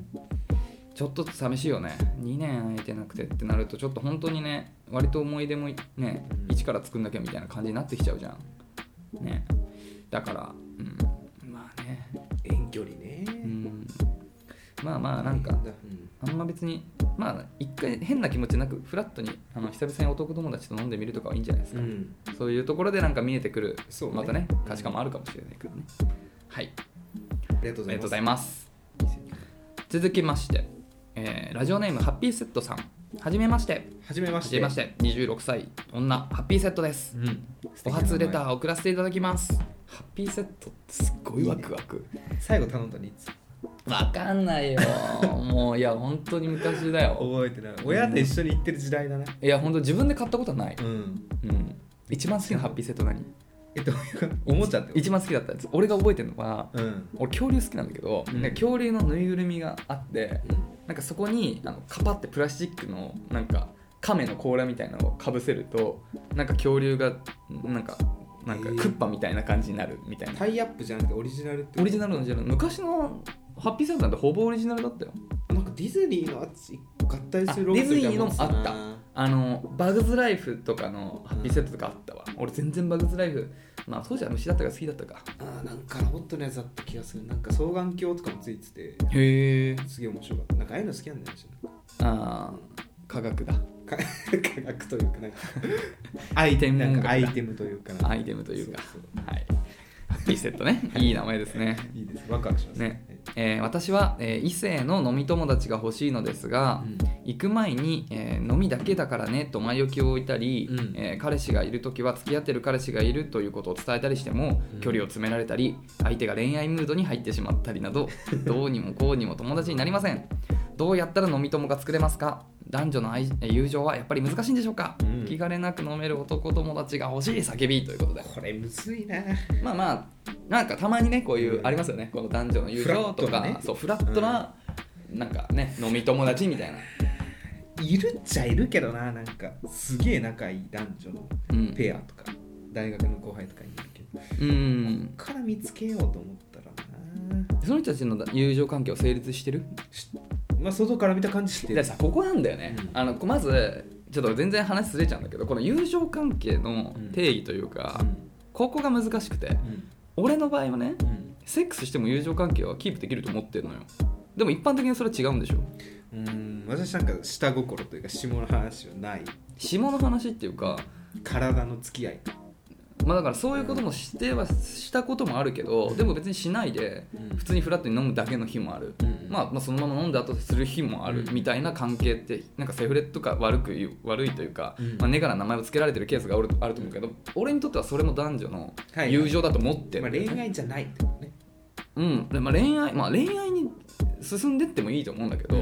[SPEAKER 2] ちょっと寂しいよね2年空いてなくてってなるとちょっと本当にね割と思い出もいね
[SPEAKER 1] うん
[SPEAKER 2] 一から作んなきゃみたいな感じになってきちゃうじゃんねだからうんまあね
[SPEAKER 1] 遠距離ね
[SPEAKER 2] うんまあまあなんか
[SPEAKER 1] うん
[SPEAKER 2] あんま別にまあ一回変な気持ちなくフラットにあの久々に男友達と飲んでみるとかはいいんじゃないです
[SPEAKER 1] う
[SPEAKER 2] か、
[SPEAKER 1] ん
[SPEAKER 2] そういうところでなんか見えてくる、
[SPEAKER 1] そうね
[SPEAKER 2] またね価値観もあるかもしれないからね。はい、あ
[SPEAKER 1] ありがとう
[SPEAKER 2] りがとう
[SPEAKER 1] ご
[SPEAKER 2] ござ
[SPEAKER 1] ざ
[SPEAKER 2] い
[SPEAKER 1] い
[SPEAKER 2] ます。続きまして、えーラジオネームハッピーセットさん。はじめまして。
[SPEAKER 1] ますはじめま
[SPEAKER 2] は
[SPEAKER 1] し
[SPEAKER 2] じ
[SPEAKER 1] て
[SPEAKER 2] めまして。26歳、女、ハッピーセットです。
[SPEAKER 1] うん
[SPEAKER 2] お初レター送らせていただきます。ハッピーセットってすっごいワクワク。
[SPEAKER 1] 最後頼んだのいつ
[SPEAKER 2] わかんないよ。もういや、本当に昔だよ。
[SPEAKER 1] 覚えてない親と一緒に行ってる時代だな
[SPEAKER 2] うんいや、本当自分で買ったことはない。
[SPEAKER 1] うん
[SPEAKER 2] うん。一番好きなハッピーセット何
[SPEAKER 1] えっと、おもちゃってこと
[SPEAKER 2] 一番好きだったやつ俺が覚えてるのは
[SPEAKER 1] うん。
[SPEAKER 2] 俺恐竜好きなんだけど、
[SPEAKER 1] うん
[SPEAKER 2] なんか恐竜のぬいぐるみがあって
[SPEAKER 3] うん
[SPEAKER 2] なんかそこにあのカパってプラスチックのなんか亀の甲羅みたいなのをかぶせるとなんか恐竜がなんかなんか
[SPEAKER 1] へえ
[SPEAKER 2] クッパみたいな感じになるみたいな
[SPEAKER 1] タイアップじゃなくてオリジナルってこと
[SPEAKER 2] オリジナルのじゃない昔のハッピーセットなんてほぼオリジナルだったよ
[SPEAKER 1] なんかディズニーのあっち合体するロボット
[SPEAKER 2] あディ
[SPEAKER 1] みた
[SPEAKER 2] ズニ
[SPEAKER 1] いな
[SPEAKER 2] ーの
[SPEAKER 1] ん
[SPEAKER 2] も
[SPEAKER 1] す
[SPEAKER 2] あ
[SPEAKER 1] な
[SPEAKER 2] ったあのバグズライフとかのハッピーセットとかあったわ、俺全然バグズライフまあ当時は虫だったから好きだったか
[SPEAKER 1] あーなんかロボットのやつだった気がするなんか双眼鏡とかもついてて
[SPEAKER 2] へえ
[SPEAKER 1] すげえ面白かったなんかああいうの好きなんだよね
[SPEAKER 2] あー科学だ
[SPEAKER 1] か科学というかなんか
[SPEAKER 2] アイテム
[SPEAKER 1] なんかアイ
[SPEAKER 2] ム
[SPEAKER 1] テムというか
[SPEAKER 2] アイテムというか
[SPEAKER 1] そ
[SPEAKER 2] はいハッピーセットねいい名前ですね
[SPEAKER 1] そういいですワクワクします
[SPEAKER 2] ねえー私は、えー異性の飲み友達が欲しいのですが
[SPEAKER 1] は、い
[SPEAKER 2] 行く前に、えー飲みだけだからねと前置きを置いたり、
[SPEAKER 1] うん
[SPEAKER 2] えー彼氏がいる時は付き合ってる彼氏がいるということを伝えたりしても、
[SPEAKER 1] うん
[SPEAKER 2] 距離を詰められたり相手が恋愛ムードに入ってしまったりな どどうにもこうにも友達になりませんどうやったら飲み友が作れますか男女の愛友情はやっぱり難しいんでしょうか、
[SPEAKER 1] うん
[SPEAKER 2] 気兼ねなく飲める男友達が欲しい叫びということで
[SPEAKER 1] これむずいな
[SPEAKER 2] まあまあなんかたまにねこういう
[SPEAKER 1] うん
[SPEAKER 2] ありますよねこの男女の友
[SPEAKER 1] フラ
[SPEAKER 2] 情
[SPEAKER 1] ッ
[SPEAKER 2] と
[SPEAKER 1] ト
[SPEAKER 2] か
[SPEAKER 1] なね
[SPEAKER 2] そうフラットな、なんかね飲み友達みたいな、
[SPEAKER 1] いるっちゃいるけどななんかすげえ仲いい男女の
[SPEAKER 2] うん、
[SPEAKER 1] ペアとか大学の後輩とかいるけどこ
[SPEAKER 2] うん
[SPEAKER 1] っから見つけようと思ったらな
[SPEAKER 2] その人たちの友情関係を成立してる
[SPEAKER 1] まあ外から見た感じして
[SPEAKER 2] でさここなんだよね、
[SPEAKER 1] うん
[SPEAKER 2] あのこまずちょっと全然話ずれちゃうんだけどこの友情関係の定義というか、
[SPEAKER 1] うん
[SPEAKER 2] ここが難しくて
[SPEAKER 1] うん
[SPEAKER 2] 俺の場合はね
[SPEAKER 1] うん
[SPEAKER 2] セックスしても友情関係はキープできると思ってるのよでも一般的にそれは違うんでしょ
[SPEAKER 1] うーん私なんか下心というか下の話はない
[SPEAKER 2] 下の話っていうか
[SPEAKER 1] 体の付き合い、
[SPEAKER 2] まあだからそういうこともしてはしたこともあるけどでも別にしないで普通にフラットに飲むだけの日もある、まあ、まあそのまま飲んだ後する日もある
[SPEAKER 1] うん
[SPEAKER 2] みたいな関係ってなんかセフレとか悪く言う悪いというか、
[SPEAKER 1] うん
[SPEAKER 2] まあ、根から名前を付けられてるケースがあるあると思うけど俺にとってはそれも男女の
[SPEAKER 1] はいはい
[SPEAKER 2] 友情だと思って
[SPEAKER 1] ま
[SPEAKER 2] る
[SPEAKER 1] あ、
[SPEAKER 2] んだよね、
[SPEAKER 1] 恋愛じゃないってことね
[SPEAKER 2] うんでまあ、恋愛まあ恋愛に進んでってもいいと思うんだけど、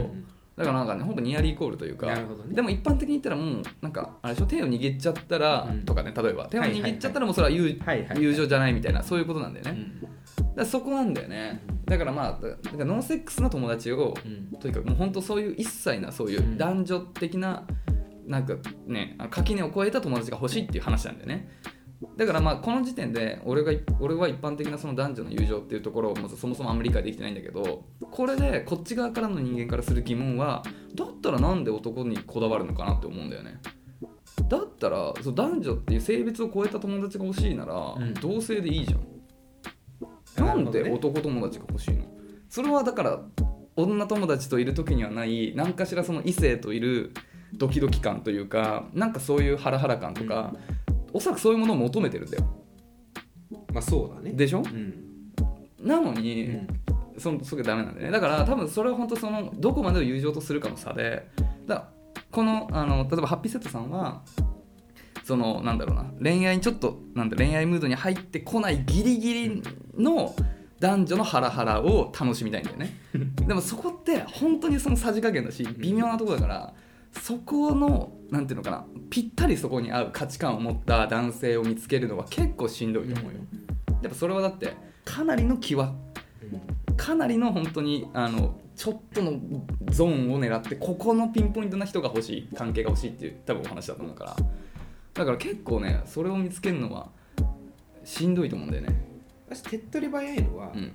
[SPEAKER 2] だからなんかねほんとニアリーイコールというか
[SPEAKER 1] なるほどね
[SPEAKER 2] でも一般的に言ったらもうなんかあれでしょ手を握っちゃったら、
[SPEAKER 1] うん
[SPEAKER 2] とかね例えば手を
[SPEAKER 1] はいはいはい
[SPEAKER 2] 握っちゃったらもうそれは友,、
[SPEAKER 1] はいはいはい
[SPEAKER 2] 友情じゃないみたいなそういうことなんだよね、
[SPEAKER 1] うん
[SPEAKER 2] だからそこなんだよねだからまあだだからノンセックスの友達を、
[SPEAKER 1] うん
[SPEAKER 2] とにかくもう本当そういう一切なそういううん男女的ななんかねあの垣根を越えた友達が欲しいっていう話なんだよねだからまあこの時点で俺が俺は一般的なその男女の友情っていうところをまずそもそもあんまり理解できてないんだけどこれでこっち側からの人間からする疑問はだったらなんで男にこだわるのかなって思うんだよねだったらそう男女っていう性別を超えた友達が欲しいなら、
[SPEAKER 1] うん
[SPEAKER 2] 同性でいいじゃんなんで男友達が欲しいのそれはだから女友達といる時にはない何かしらその異性といるドキドキ感というかなんかそういうハラハラ感とか、おそらくそういうものを求めてるんだよ
[SPEAKER 1] まあそうだね
[SPEAKER 2] でしょ
[SPEAKER 1] うん
[SPEAKER 2] なの
[SPEAKER 1] う
[SPEAKER 2] に、
[SPEAKER 1] ん
[SPEAKER 2] そのそれがダメなんだよねだから多分それは本当そのどこまでを友情とするかの差でだからこのあの例えばハッピーセットさんはそのなんだろうな恋愛にちょっとなんだ恋愛ムードに入ってこないギリギリの男女のハラハラを楽しみたいんだよ ねでもそこって本当にそのさじ加減だし微妙なとこだからそこのなんていうのかなぴったりそこに合う価値観を持った男性を見つけるのは結構しんどいと思うよ、やっぱそれはだってかなりの際かなりの本当にあのちょっとのゾーンを狙ってここのピンポイントな人が欲しい関係が欲しいっていう多分お話だと思うからだから結構ねそれを見つけるのはしんどいと思うんだよね
[SPEAKER 1] 私手っ取り早いのは、
[SPEAKER 2] うん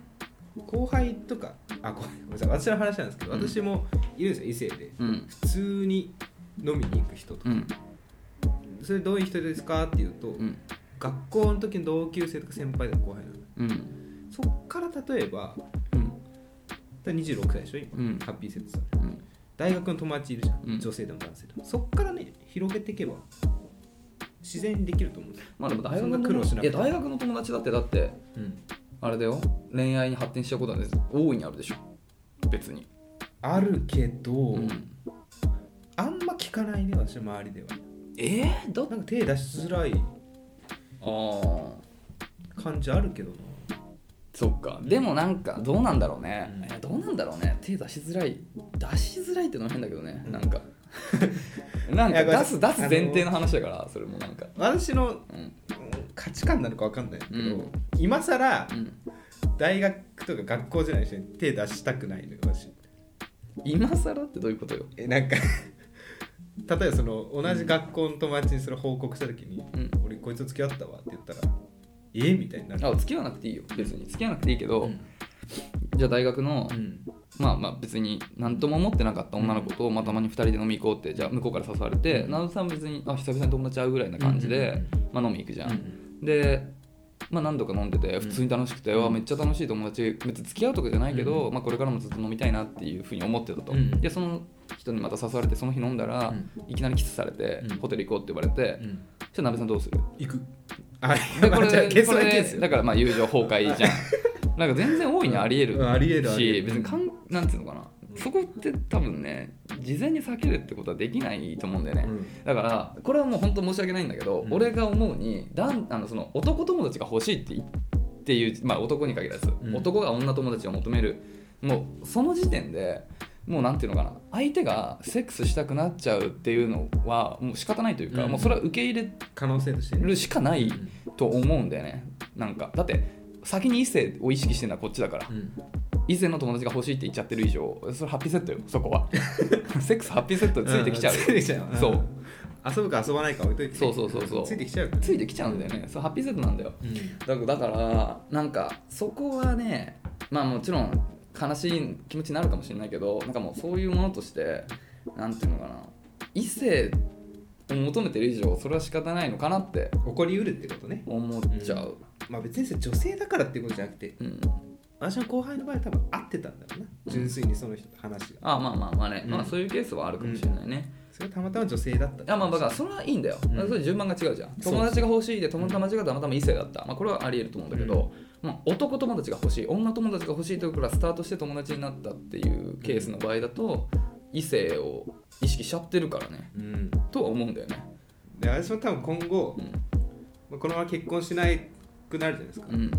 [SPEAKER 1] 後輩とかあごめんなさい私の話なんですけど、
[SPEAKER 2] うん
[SPEAKER 1] 私もいるんですよ異性で
[SPEAKER 2] うん
[SPEAKER 1] 普通に飲みに行く人と
[SPEAKER 2] う
[SPEAKER 1] か、
[SPEAKER 2] ん
[SPEAKER 1] それどういう人ですかっていうと、
[SPEAKER 2] うん
[SPEAKER 1] 学校の時の同級生とか先輩とか後輩なの
[SPEAKER 2] うん
[SPEAKER 1] そっから例えば
[SPEAKER 2] うん
[SPEAKER 1] 26歳でしょ今、
[SPEAKER 2] うん
[SPEAKER 1] ハッピーセットさん
[SPEAKER 2] うん
[SPEAKER 1] 大学の友達いるじゃん、
[SPEAKER 2] うん
[SPEAKER 1] 女性でも男性でもそっからね広げていけば自然にできると思うんですよ、
[SPEAKER 2] まあでも大学
[SPEAKER 1] そん
[SPEAKER 2] の
[SPEAKER 1] な苦労しな
[SPEAKER 2] 友い
[SPEAKER 1] く
[SPEAKER 2] や
[SPEAKER 1] ても
[SPEAKER 2] 大学の友達だってだってあれだよ恋愛に発展したことはね大いにあるでしょ別に、
[SPEAKER 1] あるけど、
[SPEAKER 2] うん
[SPEAKER 1] あんま聞かないね私の周りでは
[SPEAKER 2] えー、だ
[SPEAKER 1] なんか手出しづらい
[SPEAKER 2] ああ
[SPEAKER 1] 感じあるけどな
[SPEAKER 2] そっかでもなんかどうなんだろうね、
[SPEAKER 1] うん
[SPEAKER 2] いやどうなんだろうね手出しづらい出しづらいってのは変だけどね、
[SPEAKER 1] うん
[SPEAKER 2] なんかなん
[SPEAKER 1] いや
[SPEAKER 2] か
[SPEAKER 1] ごめんな
[SPEAKER 2] 出す
[SPEAKER 1] さい
[SPEAKER 2] 出す前提の話だからそれもなんか
[SPEAKER 1] 私の
[SPEAKER 2] うん
[SPEAKER 1] 価値観なのかわかんないけど、
[SPEAKER 2] うん
[SPEAKER 1] 今さら
[SPEAKER 2] うん
[SPEAKER 1] 大学とか学校じゃない人に手出したくないのよ私
[SPEAKER 2] 今更ってどういうことよ
[SPEAKER 1] えなんか 例えばその同じ学校の友達にそれ報告した時に「
[SPEAKER 2] うん
[SPEAKER 1] 俺こいつと付き合ったわ」って言ったら「えみたいになる
[SPEAKER 2] あ付き合わなくていいよ別に付き合わなくていいけど、
[SPEAKER 1] うん
[SPEAKER 2] じゃあ大学の、
[SPEAKER 1] うん
[SPEAKER 2] まあまあ別に何とも思ってなかった女の子とまあたまに2人で飲み行こうってじゃあ向こうから誘われて
[SPEAKER 1] うん
[SPEAKER 2] 直人さん別にあ久々に友達会うぐらいな感じで、まあ、飲み行くじゃん、で、まあ、何度か飲んでて普通に楽しくて、
[SPEAKER 1] うん
[SPEAKER 2] わめっちゃ楽しい友達別に付き合うとかじゃないけど、
[SPEAKER 1] うん
[SPEAKER 2] まあ、これからもずっと飲みたいなっていうふうに思ってたと、
[SPEAKER 1] うん
[SPEAKER 2] でその人にまた誘われてその日飲んだら、
[SPEAKER 1] うん
[SPEAKER 2] いきなりキスされて、
[SPEAKER 1] うん
[SPEAKER 2] ホテル行こうって言われて、じゃあ鍋さんど うする
[SPEAKER 1] 行くあ
[SPEAKER 2] で
[SPEAKER 1] ま
[SPEAKER 2] こ
[SPEAKER 1] あ
[SPEAKER 2] れ
[SPEAKER 1] じゃあ結
[SPEAKER 2] こ
[SPEAKER 1] 論
[SPEAKER 2] れ
[SPEAKER 1] ですよ
[SPEAKER 2] だからまあ友情崩壊じゃん なんか全然大いにありえるし、
[SPEAKER 1] うんありえるありえる
[SPEAKER 2] 別にかんなんていうのかなそこって多分ね事前に避けるってことはできないと思うんだよね、
[SPEAKER 1] うん
[SPEAKER 2] だからこれはもう本当申し訳ないんだけど、
[SPEAKER 1] うん
[SPEAKER 2] 俺が思うにだんあのその男友達が欲しいって言っていう、まあ、男に限らず、
[SPEAKER 1] うん
[SPEAKER 2] 男が女友達を求めるもうその時点でもうなんていうのかな相手がセックスしたくなっちゃうっていうのはもう仕方ないというか、
[SPEAKER 1] うん
[SPEAKER 2] もうそれは受け入れ
[SPEAKER 1] 可能性としてね
[SPEAKER 2] るしかない
[SPEAKER 1] うん
[SPEAKER 2] と思うんだよねなんかだって先に異性を意識してるのはこっちだから、
[SPEAKER 1] うん
[SPEAKER 2] 異性の友達が欲しいって言っちゃってる以上それハッピーセットよそこ はセックスハッピーセットついてきちゃう、
[SPEAKER 1] んついてきちゃう
[SPEAKER 2] そうん
[SPEAKER 1] 遊ぶか遊ばないか置いといて
[SPEAKER 2] そうそうそうそう
[SPEAKER 1] ついてきちゃうからね
[SPEAKER 2] ついてきちゃうんだよねそうハッピーセットなんだよ
[SPEAKER 1] うん
[SPEAKER 2] だからだからなんかそこはねまあもちろん悲しい気持ちになるかもしれないけどなんかもうそういうものとしてなんていうのかな異性を求めてる以上それは仕方ないのかなって
[SPEAKER 1] 起こりうるってことね
[SPEAKER 2] 思っちゃう、
[SPEAKER 1] まあ別にそれ女性だからっていうことじゃなくて
[SPEAKER 2] うん
[SPEAKER 1] 私の後輩の場合多分合ってたんだろうな純粋にその人と話が
[SPEAKER 2] あまあまあまあね、
[SPEAKER 1] うん
[SPEAKER 2] まあそういうケースはあるかもしれないね、
[SPEAKER 1] それがたまたま女性だった
[SPEAKER 2] あまあだからそれはいいんだよ、
[SPEAKER 1] うん
[SPEAKER 2] それ順番が違うじゃん
[SPEAKER 1] そう
[SPEAKER 2] 友達が欲しいで友達がたまたま異性だった、まあ、これはありえると思うんだけど、まあ、男友達が欲しい女友達が欲しいところからスタートして友達になったっていうケースの場合だと異性を意識しちゃってるからね
[SPEAKER 1] うん
[SPEAKER 2] とは思うんだよね
[SPEAKER 1] で私も多分今後
[SPEAKER 2] うん
[SPEAKER 1] まあこのまま結婚しないくなるじゃないですか
[SPEAKER 2] うん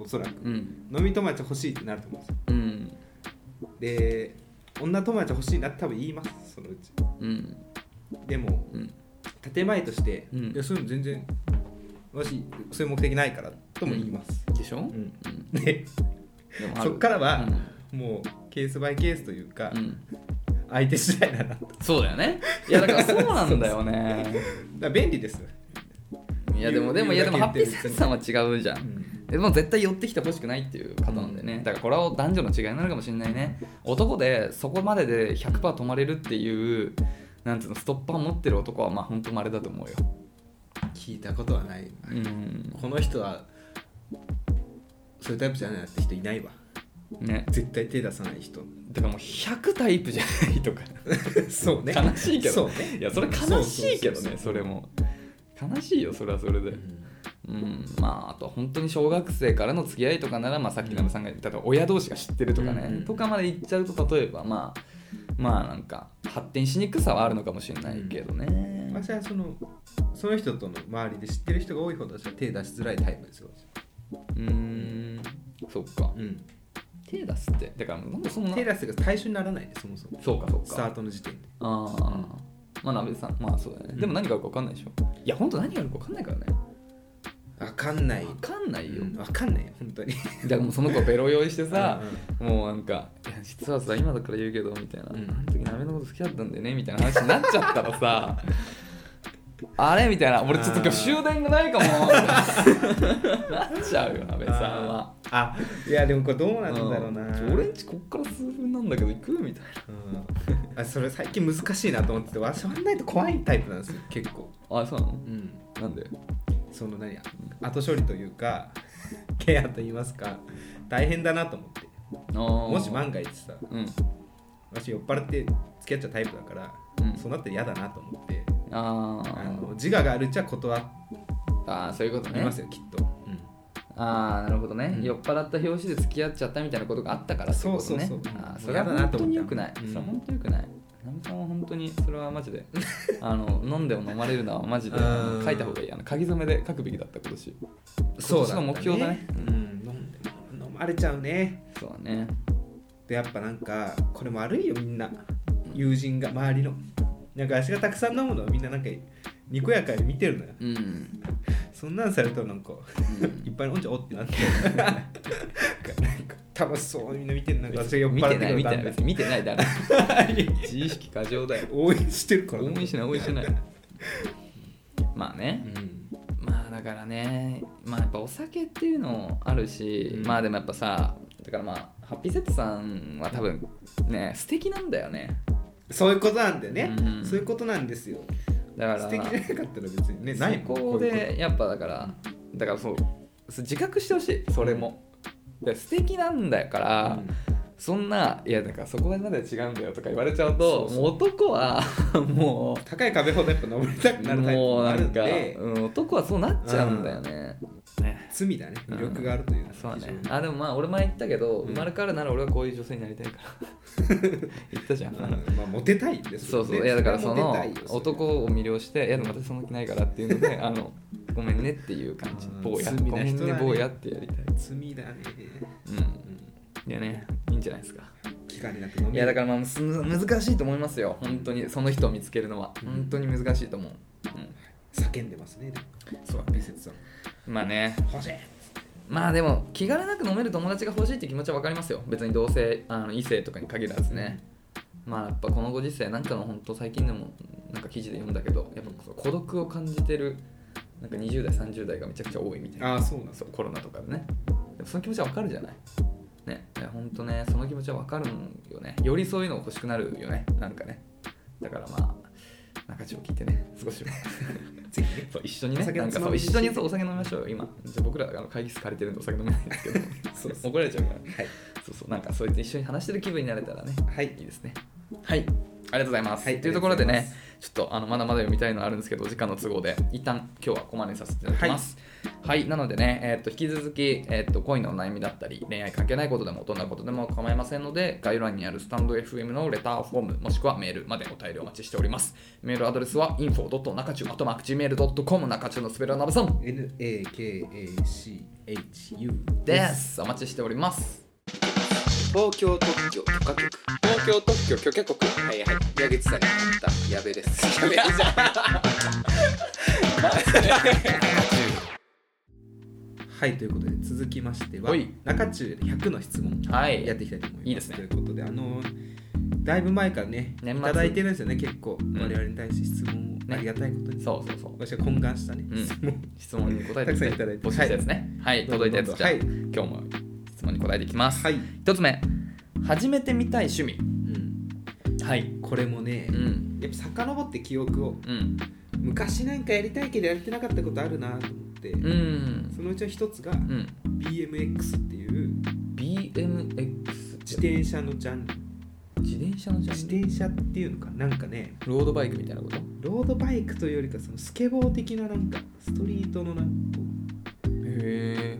[SPEAKER 1] おそらく
[SPEAKER 2] うん
[SPEAKER 1] 飲み友達欲しいってなると思うんですよ
[SPEAKER 2] うん
[SPEAKER 1] で女友達欲しいなって多分言いますそのうち
[SPEAKER 2] うん
[SPEAKER 1] でも
[SPEAKER 2] うん
[SPEAKER 1] 建前として、
[SPEAKER 2] うん
[SPEAKER 1] いやそういうの全然私そういう目的ないからとも言います、
[SPEAKER 2] でしょ、うん
[SPEAKER 1] ん
[SPEAKER 2] う
[SPEAKER 1] で
[SPEAKER 2] ん、でもあ
[SPEAKER 1] そ
[SPEAKER 2] る
[SPEAKER 1] っからは
[SPEAKER 2] うん、
[SPEAKER 1] もうケースバイケースというか、
[SPEAKER 2] うん
[SPEAKER 1] 相手次第だなとだか
[SPEAKER 2] そうだよねいやだからそうなんだよね
[SPEAKER 1] ら便利ですよ、
[SPEAKER 2] いやでもでもいやでもハッピーセンスさんは違うじゃんでも絶対寄ってきてほしくないっていう方なんでね、だからこれは男女の違いになるかもしれないね男でそこまでで100%止まれるっていうなんていうのストッパーを持ってる男はまあ本当まれだと思うよ
[SPEAKER 1] 聞いたことはない
[SPEAKER 2] うん
[SPEAKER 1] この人はそういうタイプじゃないなって人いないわ
[SPEAKER 2] ね
[SPEAKER 1] 絶対手出さない 人
[SPEAKER 2] だからもう100タイプじゃないとか
[SPEAKER 1] そうね
[SPEAKER 2] 悲しいけど
[SPEAKER 1] そうね
[SPEAKER 2] いやそれ悲しいけど
[SPEAKER 1] そうそうそうそ
[SPEAKER 2] ね
[SPEAKER 1] う
[SPEAKER 2] それも悲しいよそれはそれでうんまああとは本当に小学生からの付き合いとかなら、まあ、さっき鍋さんが言ったと親同士が知ってるとかね、
[SPEAKER 1] うんうん
[SPEAKER 2] とかまで言っちゃうと例えばまあまあなんか発展しにくさはあるのかもしれないけどね、
[SPEAKER 1] 私はそのその人との周りで知ってる人が多いほど私は手出しづらいタイプですよ、
[SPEAKER 2] うーんそっか
[SPEAKER 1] うん、
[SPEAKER 2] 手出すってだからなんでそんな
[SPEAKER 1] 手出すが対象にならないねそもそも
[SPEAKER 2] そうかそう
[SPEAKER 1] スタ
[SPEAKER 2] か
[SPEAKER 1] ートの時点で
[SPEAKER 2] ああまあ鍋さんまあそうだね、
[SPEAKER 1] うん
[SPEAKER 2] でも何があるか分かんないでしょいや本当何があるか分かんないからね
[SPEAKER 1] わかんない
[SPEAKER 2] 分かんないよ、
[SPEAKER 1] うんわかんないよ本当に
[SPEAKER 2] だからもうその子ベロ酔いしてさ
[SPEAKER 1] うんうん
[SPEAKER 2] もうなんか「いや実はさ今だから言うけど」みたいな「
[SPEAKER 1] うん
[SPEAKER 2] あの時鍋のこと好きだったんだよね」みたいな話になっちゃった らさあれみたいな俺ちょっと今日終電がないかもなっちゃうよ鍋さんは
[SPEAKER 1] あいやでもこれどうなんだろうな、
[SPEAKER 2] ん俺んちこっから数分なんだけど行くみたい
[SPEAKER 1] うんあそれ最近難しいなと思ってて私は割んないと怖いタイプなんですよ結構
[SPEAKER 2] なあそうなの
[SPEAKER 1] うん
[SPEAKER 2] なんで
[SPEAKER 1] その何後処理というか ケアと言いますか大変だなと思っても
[SPEAKER 2] も
[SPEAKER 1] し万が一さ
[SPEAKER 2] うん
[SPEAKER 1] 私酔っ払って付き合っちゃうタイプだから、
[SPEAKER 2] うん
[SPEAKER 1] そうなったら嫌だなと思って
[SPEAKER 2] あ
[SPEAKER 1] あ
[SPEAKER 2] ー
[SPEAKER 1] の自我があるうちは断
[SPEAKER 2] あーそういうこと
[SPEAKER 1] り
[SPEAKER 2] ね
[SPEAKER 1] ますよきっと、
[SPEAKER 2] ああなるほどね、
[SPEAKER 1] うん
[SPEAKER 2] 酔っ払った表紙で付き合っちゃったみたいなことがあったからってことね
[SPEAKER 1] そうそうそう
[SPEAKER 2] あー
[SPEAKER 1] うん
[SPEAKER 2] それは
[SPEAKER 1] もうやだな
[SPEAKER 2] 本
[SPEAKER 1] と思
[SPEAKER 2] 当
[SPEAKER 1] っ
[SPEAKER 2] に
[SPEAKER 1] た
[SPEAKER 2] 良くない、
[SPEAKER 1] うん
[SPEAKER 2] それは本当に良くないナミさんは本当にそれはマ ジであの飲んでも飲まれるのはマジで
[SPEAKER 1] うん
[SPEAKER 2] あの書いた方がいいあの書き初めで書くべきだった今年
[SPEAKER 1] そう
[SPEAKER 2] 今年の目標だね
[SPEAKER 1] うん、飲んで飲まれちゃうね
[SPEAKER 2] そうだね
[SPEAKER 1] でやっぱなんかこれも悪いよみんな友人が周りのなんか足がたくさん飲むのをみんななんかにこやかに見てるのよ
[SPEAKER 2] うん、うん
[SPEAKER 1] そんなんされたらなんかいっぱい飲んじゃおうって なってなんか楽しそうにみんな見てるなんか私が酔っ
[SPEAKER 2] 見
[SPEAKER 1] 払
[SPEAKER 2] て
[SPEAKER 1] って
[SPEAKER 2] ない見てない
[SPEAKER 1] だんだん
[SPEAKER 2] 別に見てないだろ 自意識過剰だよ
[SPEAKER 1] 応援してるから
[SPEAKER 2] 応援しない応援しない まあね
[SPEAKER 1] うん
[SPEAKER 2] まあだからねまあやっぱお酒っていうのもあるし、
[SPEAKER 1] うん
[SPEAKER 2] まあでもやっぱさだからまあハッピーセットさんは多分ね素敵なんだよね
[SPEAKER 1] そういうことなんだよね、
[SPEAKER 2] うん
[SPEAKER 1] そういうことなんですよ
[SPEAKER 2] だから
[SPEAKER 1] 素敵じゃなかったら別にねないもん
[SPEAKER 2] そこ
[SPEAKER 1] ういう
[SPEAKER 2] でやっぱだからだからそうそう自覚してほしいそれも、で素敵なんだか
[SPEAKER 1] こと
[SPEAKER 2] ら、
[SPEAKER 1] うん
[SPEAKER 2] そんないやだからそこまでは違うんだよとか言われちゃうと
[SPEAKER 1] そうそう
[SPEAKER 2] もう男はもう
[SPEAKER 1] 高い壁ほどやっぱ登りたくなるタイプ
[SPEAKER 2] もう
[SPEAKER 1] もあ
[SPEAKER 2] な
[SPEAKER 1] る
[SPEAKER 2] ん
[SPEAKER 1] ん
[SPEAKER 2] か、
[SPEAKER 1] で
[SPEAKER 2] うん、男はそうなっちゃうんだよね,、ね
[SPEAKER 1] 罪だね魅力があるというのは
[SPEAKER 2] そうだね
[SPEAKER 1] 非常に
[SPEAKER 2] あでもまあ俺前言ったけど、
[SPEAKER 1] ん
[SPEAKER 2] 生まれ変わるなら俺はこういう女性になりたいから 言ったじゃん、
[SPEAKER 1] うんまあモテたいんです
[SPEAKER 2] そ
[SPEAKER 1] よ
[SPEAKER 2] う
[SPEAKER 1] ね
[SPEAKER 2] そういやだからそ
[SPEAKER 1] れは
[SPEAKER 2] の
[SPEAKER 1] モテたいよ
[SPEAKER 2] 男を魅了して「いやでも私その気ないから」っていうので あのごめんねっていう感じ
[SPEAKER 1] うん
[SPEAKER 2] 坊や
[SPEAKER 1] 罪な人
[SPEAKER 2] ごめんね
[SPEAKER 1] だね
[SPEAKER 2] 坊やってやりたい
[SPEAKER 1] 罪だね、
[SPEAKER 2] う
[SPEAKER 1] う
[SPEAKER 2] ん
[SPEAKER 1] ん、
[SPEAKER 2] いやねいいんじゃないですか
[SPEAKER 1] 期間になく飲める
[SPEAKER 2] いやだからまあむす難しいと思いますよ本当にその人を見つけるのは
[SPEAKER 1] うん
[SPEAKER 2] 本当に難しいと思う、う
[SPEAKER 1] 叫んでますねでも
[SPEAKER 2] そう
[SPEAKER 1] 美雪さん
[SPEAKER 2] ん、まあね
[SPEAKER 1] 欲しい
[SPEAKER 2] まあでも気兼ねなく飲める友達が欲しいって気持ちは分かりますよ別に同性あの異性とかに限らずねまあやっぱこのご時世なんかの本当最近でもなんか記事で読んだけどやっぱそう孤独を感じてるなんか20代30代がめちゃくちゃ多いみたいな
[SPEAKER 1] ああそうなんです
[SPEAKER 2] そうコロナとかでねでもその気持ちは分かるじゃないねいや本当ねその気持ちは分かるんよねよりそういうの欲しくなるよねなんかねだからまあ中地を聞いてね少しは
[SPEAKER 1] ぜひね
[SPEAKER 2] そう一緒にね
[SPEAKER 1] お酒
[SPEAKER 2] なんかそ
[SPEAKER 1] つま
[SPEAKER 2] う
[SPEAKER 1] みにし
[SPEAKER 2] 一緒にそうお酒飲みましょうよ今じゃあ僕らあの会議室借りてるんでお酒飲めないんですけど
[SPEAKER 1] そうそう
[SPEAKER 2] 怒られちゃうから
[SPEAKER 1] はい
[SPEAKER 2] そうそうなんかそうやって一緒に話してる気分になれたらね
[SPEAKER 1] はい
[SPEAKER 2] いいですねはいありがとうございます、
[SPEAKER 1] はい
[SPEAKER 2] というところで
[SPEAKER 1] ありがと
[SPEAKER 2] ね
[SPEAKER 1] うご
[SPEAKER 2] ちょっとあのまだまだ読みたいのあるんですけどお時間の都合で一旦今日はここまでにさせていただきますはい、なのでね、えー、と引き続き、えー、と恋のお悩みだったり恋愛関係ないことでもどんなことでも構いませんので概要欄にあるスタンド FM のレターフォームもしくはメールまでお便りお待ちしておりますメールアドレスは info.nakachu.gmail.com 中中のすべらなぶさん
[SPEAKER 1] NAKACHU
[SPEAKER 2] です。お待ちしております。
[SPEAKER 4] 東京特許許可局東京特許許可局はいはい矢口さんに会った矢部です矢部じゃん
[SPEAKER 1] はいということで続きましては
[SPEAKER 2] ほい
[SPEAKER 1] 中中で100の質問
[SPEAKER 2] はい
[SPEAKER 1] やっていきたいと思います,、
[SPEAKER 2] いいですね
[SPEAKER 1] ということであのだいぶ前からね
[SPEAKER 2] 年末
[SPEAKER 1] いただいてるんですよね結構、
[SPEAKER 2] ん
[SPEAKER 1] 我々に対して質問を
[SPEAKER 2] ね
[SPEAKER 1] ありがたいことに、
[SPEAKER 2] そうそうそう。
[SPEAKER 1] 私が懇願したね、
[SPEAKER 2] うん
[SPEAKER 1] 質問
[SPEAKER 2] 質問に答え
[SPEAKER 1] た
[SPEAKER 2] て
[SPEAKER 1] くさんいただいて
[SPEAKER 2] 募集したやつね。はい、
[SPEAKER 1] どうぞ
[SPEAKER 2] 届いたやつじゃあ、
[SPEAKER 1] はい
[SPEAKER 2] 今日も質問に答えていきます。
[SPEAKER 1] はい、
[SPEAKER 2] 一つ目、初めて見たい趣味。
[SPEAKER 1] うん、
[SPEAKER 2] はい。
[SPEAKER 1] これもね、
[SPEAKER 2] うん。
[SPEAKER 1] やっぱ遡って記憶を
[SPEAKER 2] うん。
[SPEAKER 1] 昔なんかやりたいけどやってなかったことあるなと思って、
[SPEAKER 2] うん。
[SPEAKER 1] そのうちの一つが
[SPEAKER 2] うん。
[SPEAKER 1] BMX っていう
[SPEAKER 2] BMX。
[SPEAKER 1] 自転車のジャンル
[SPEAKER 2] 自転車のジャンル
[SPEAKER 1] 自転車っていうのかなんかね
[SPEAKER 2] ロードバイクみたいなことへ
[SPEAKER 1] ロードバイクというよりかそのスケボー的ななんかストリートのなんか
[SPEAKER 2] え。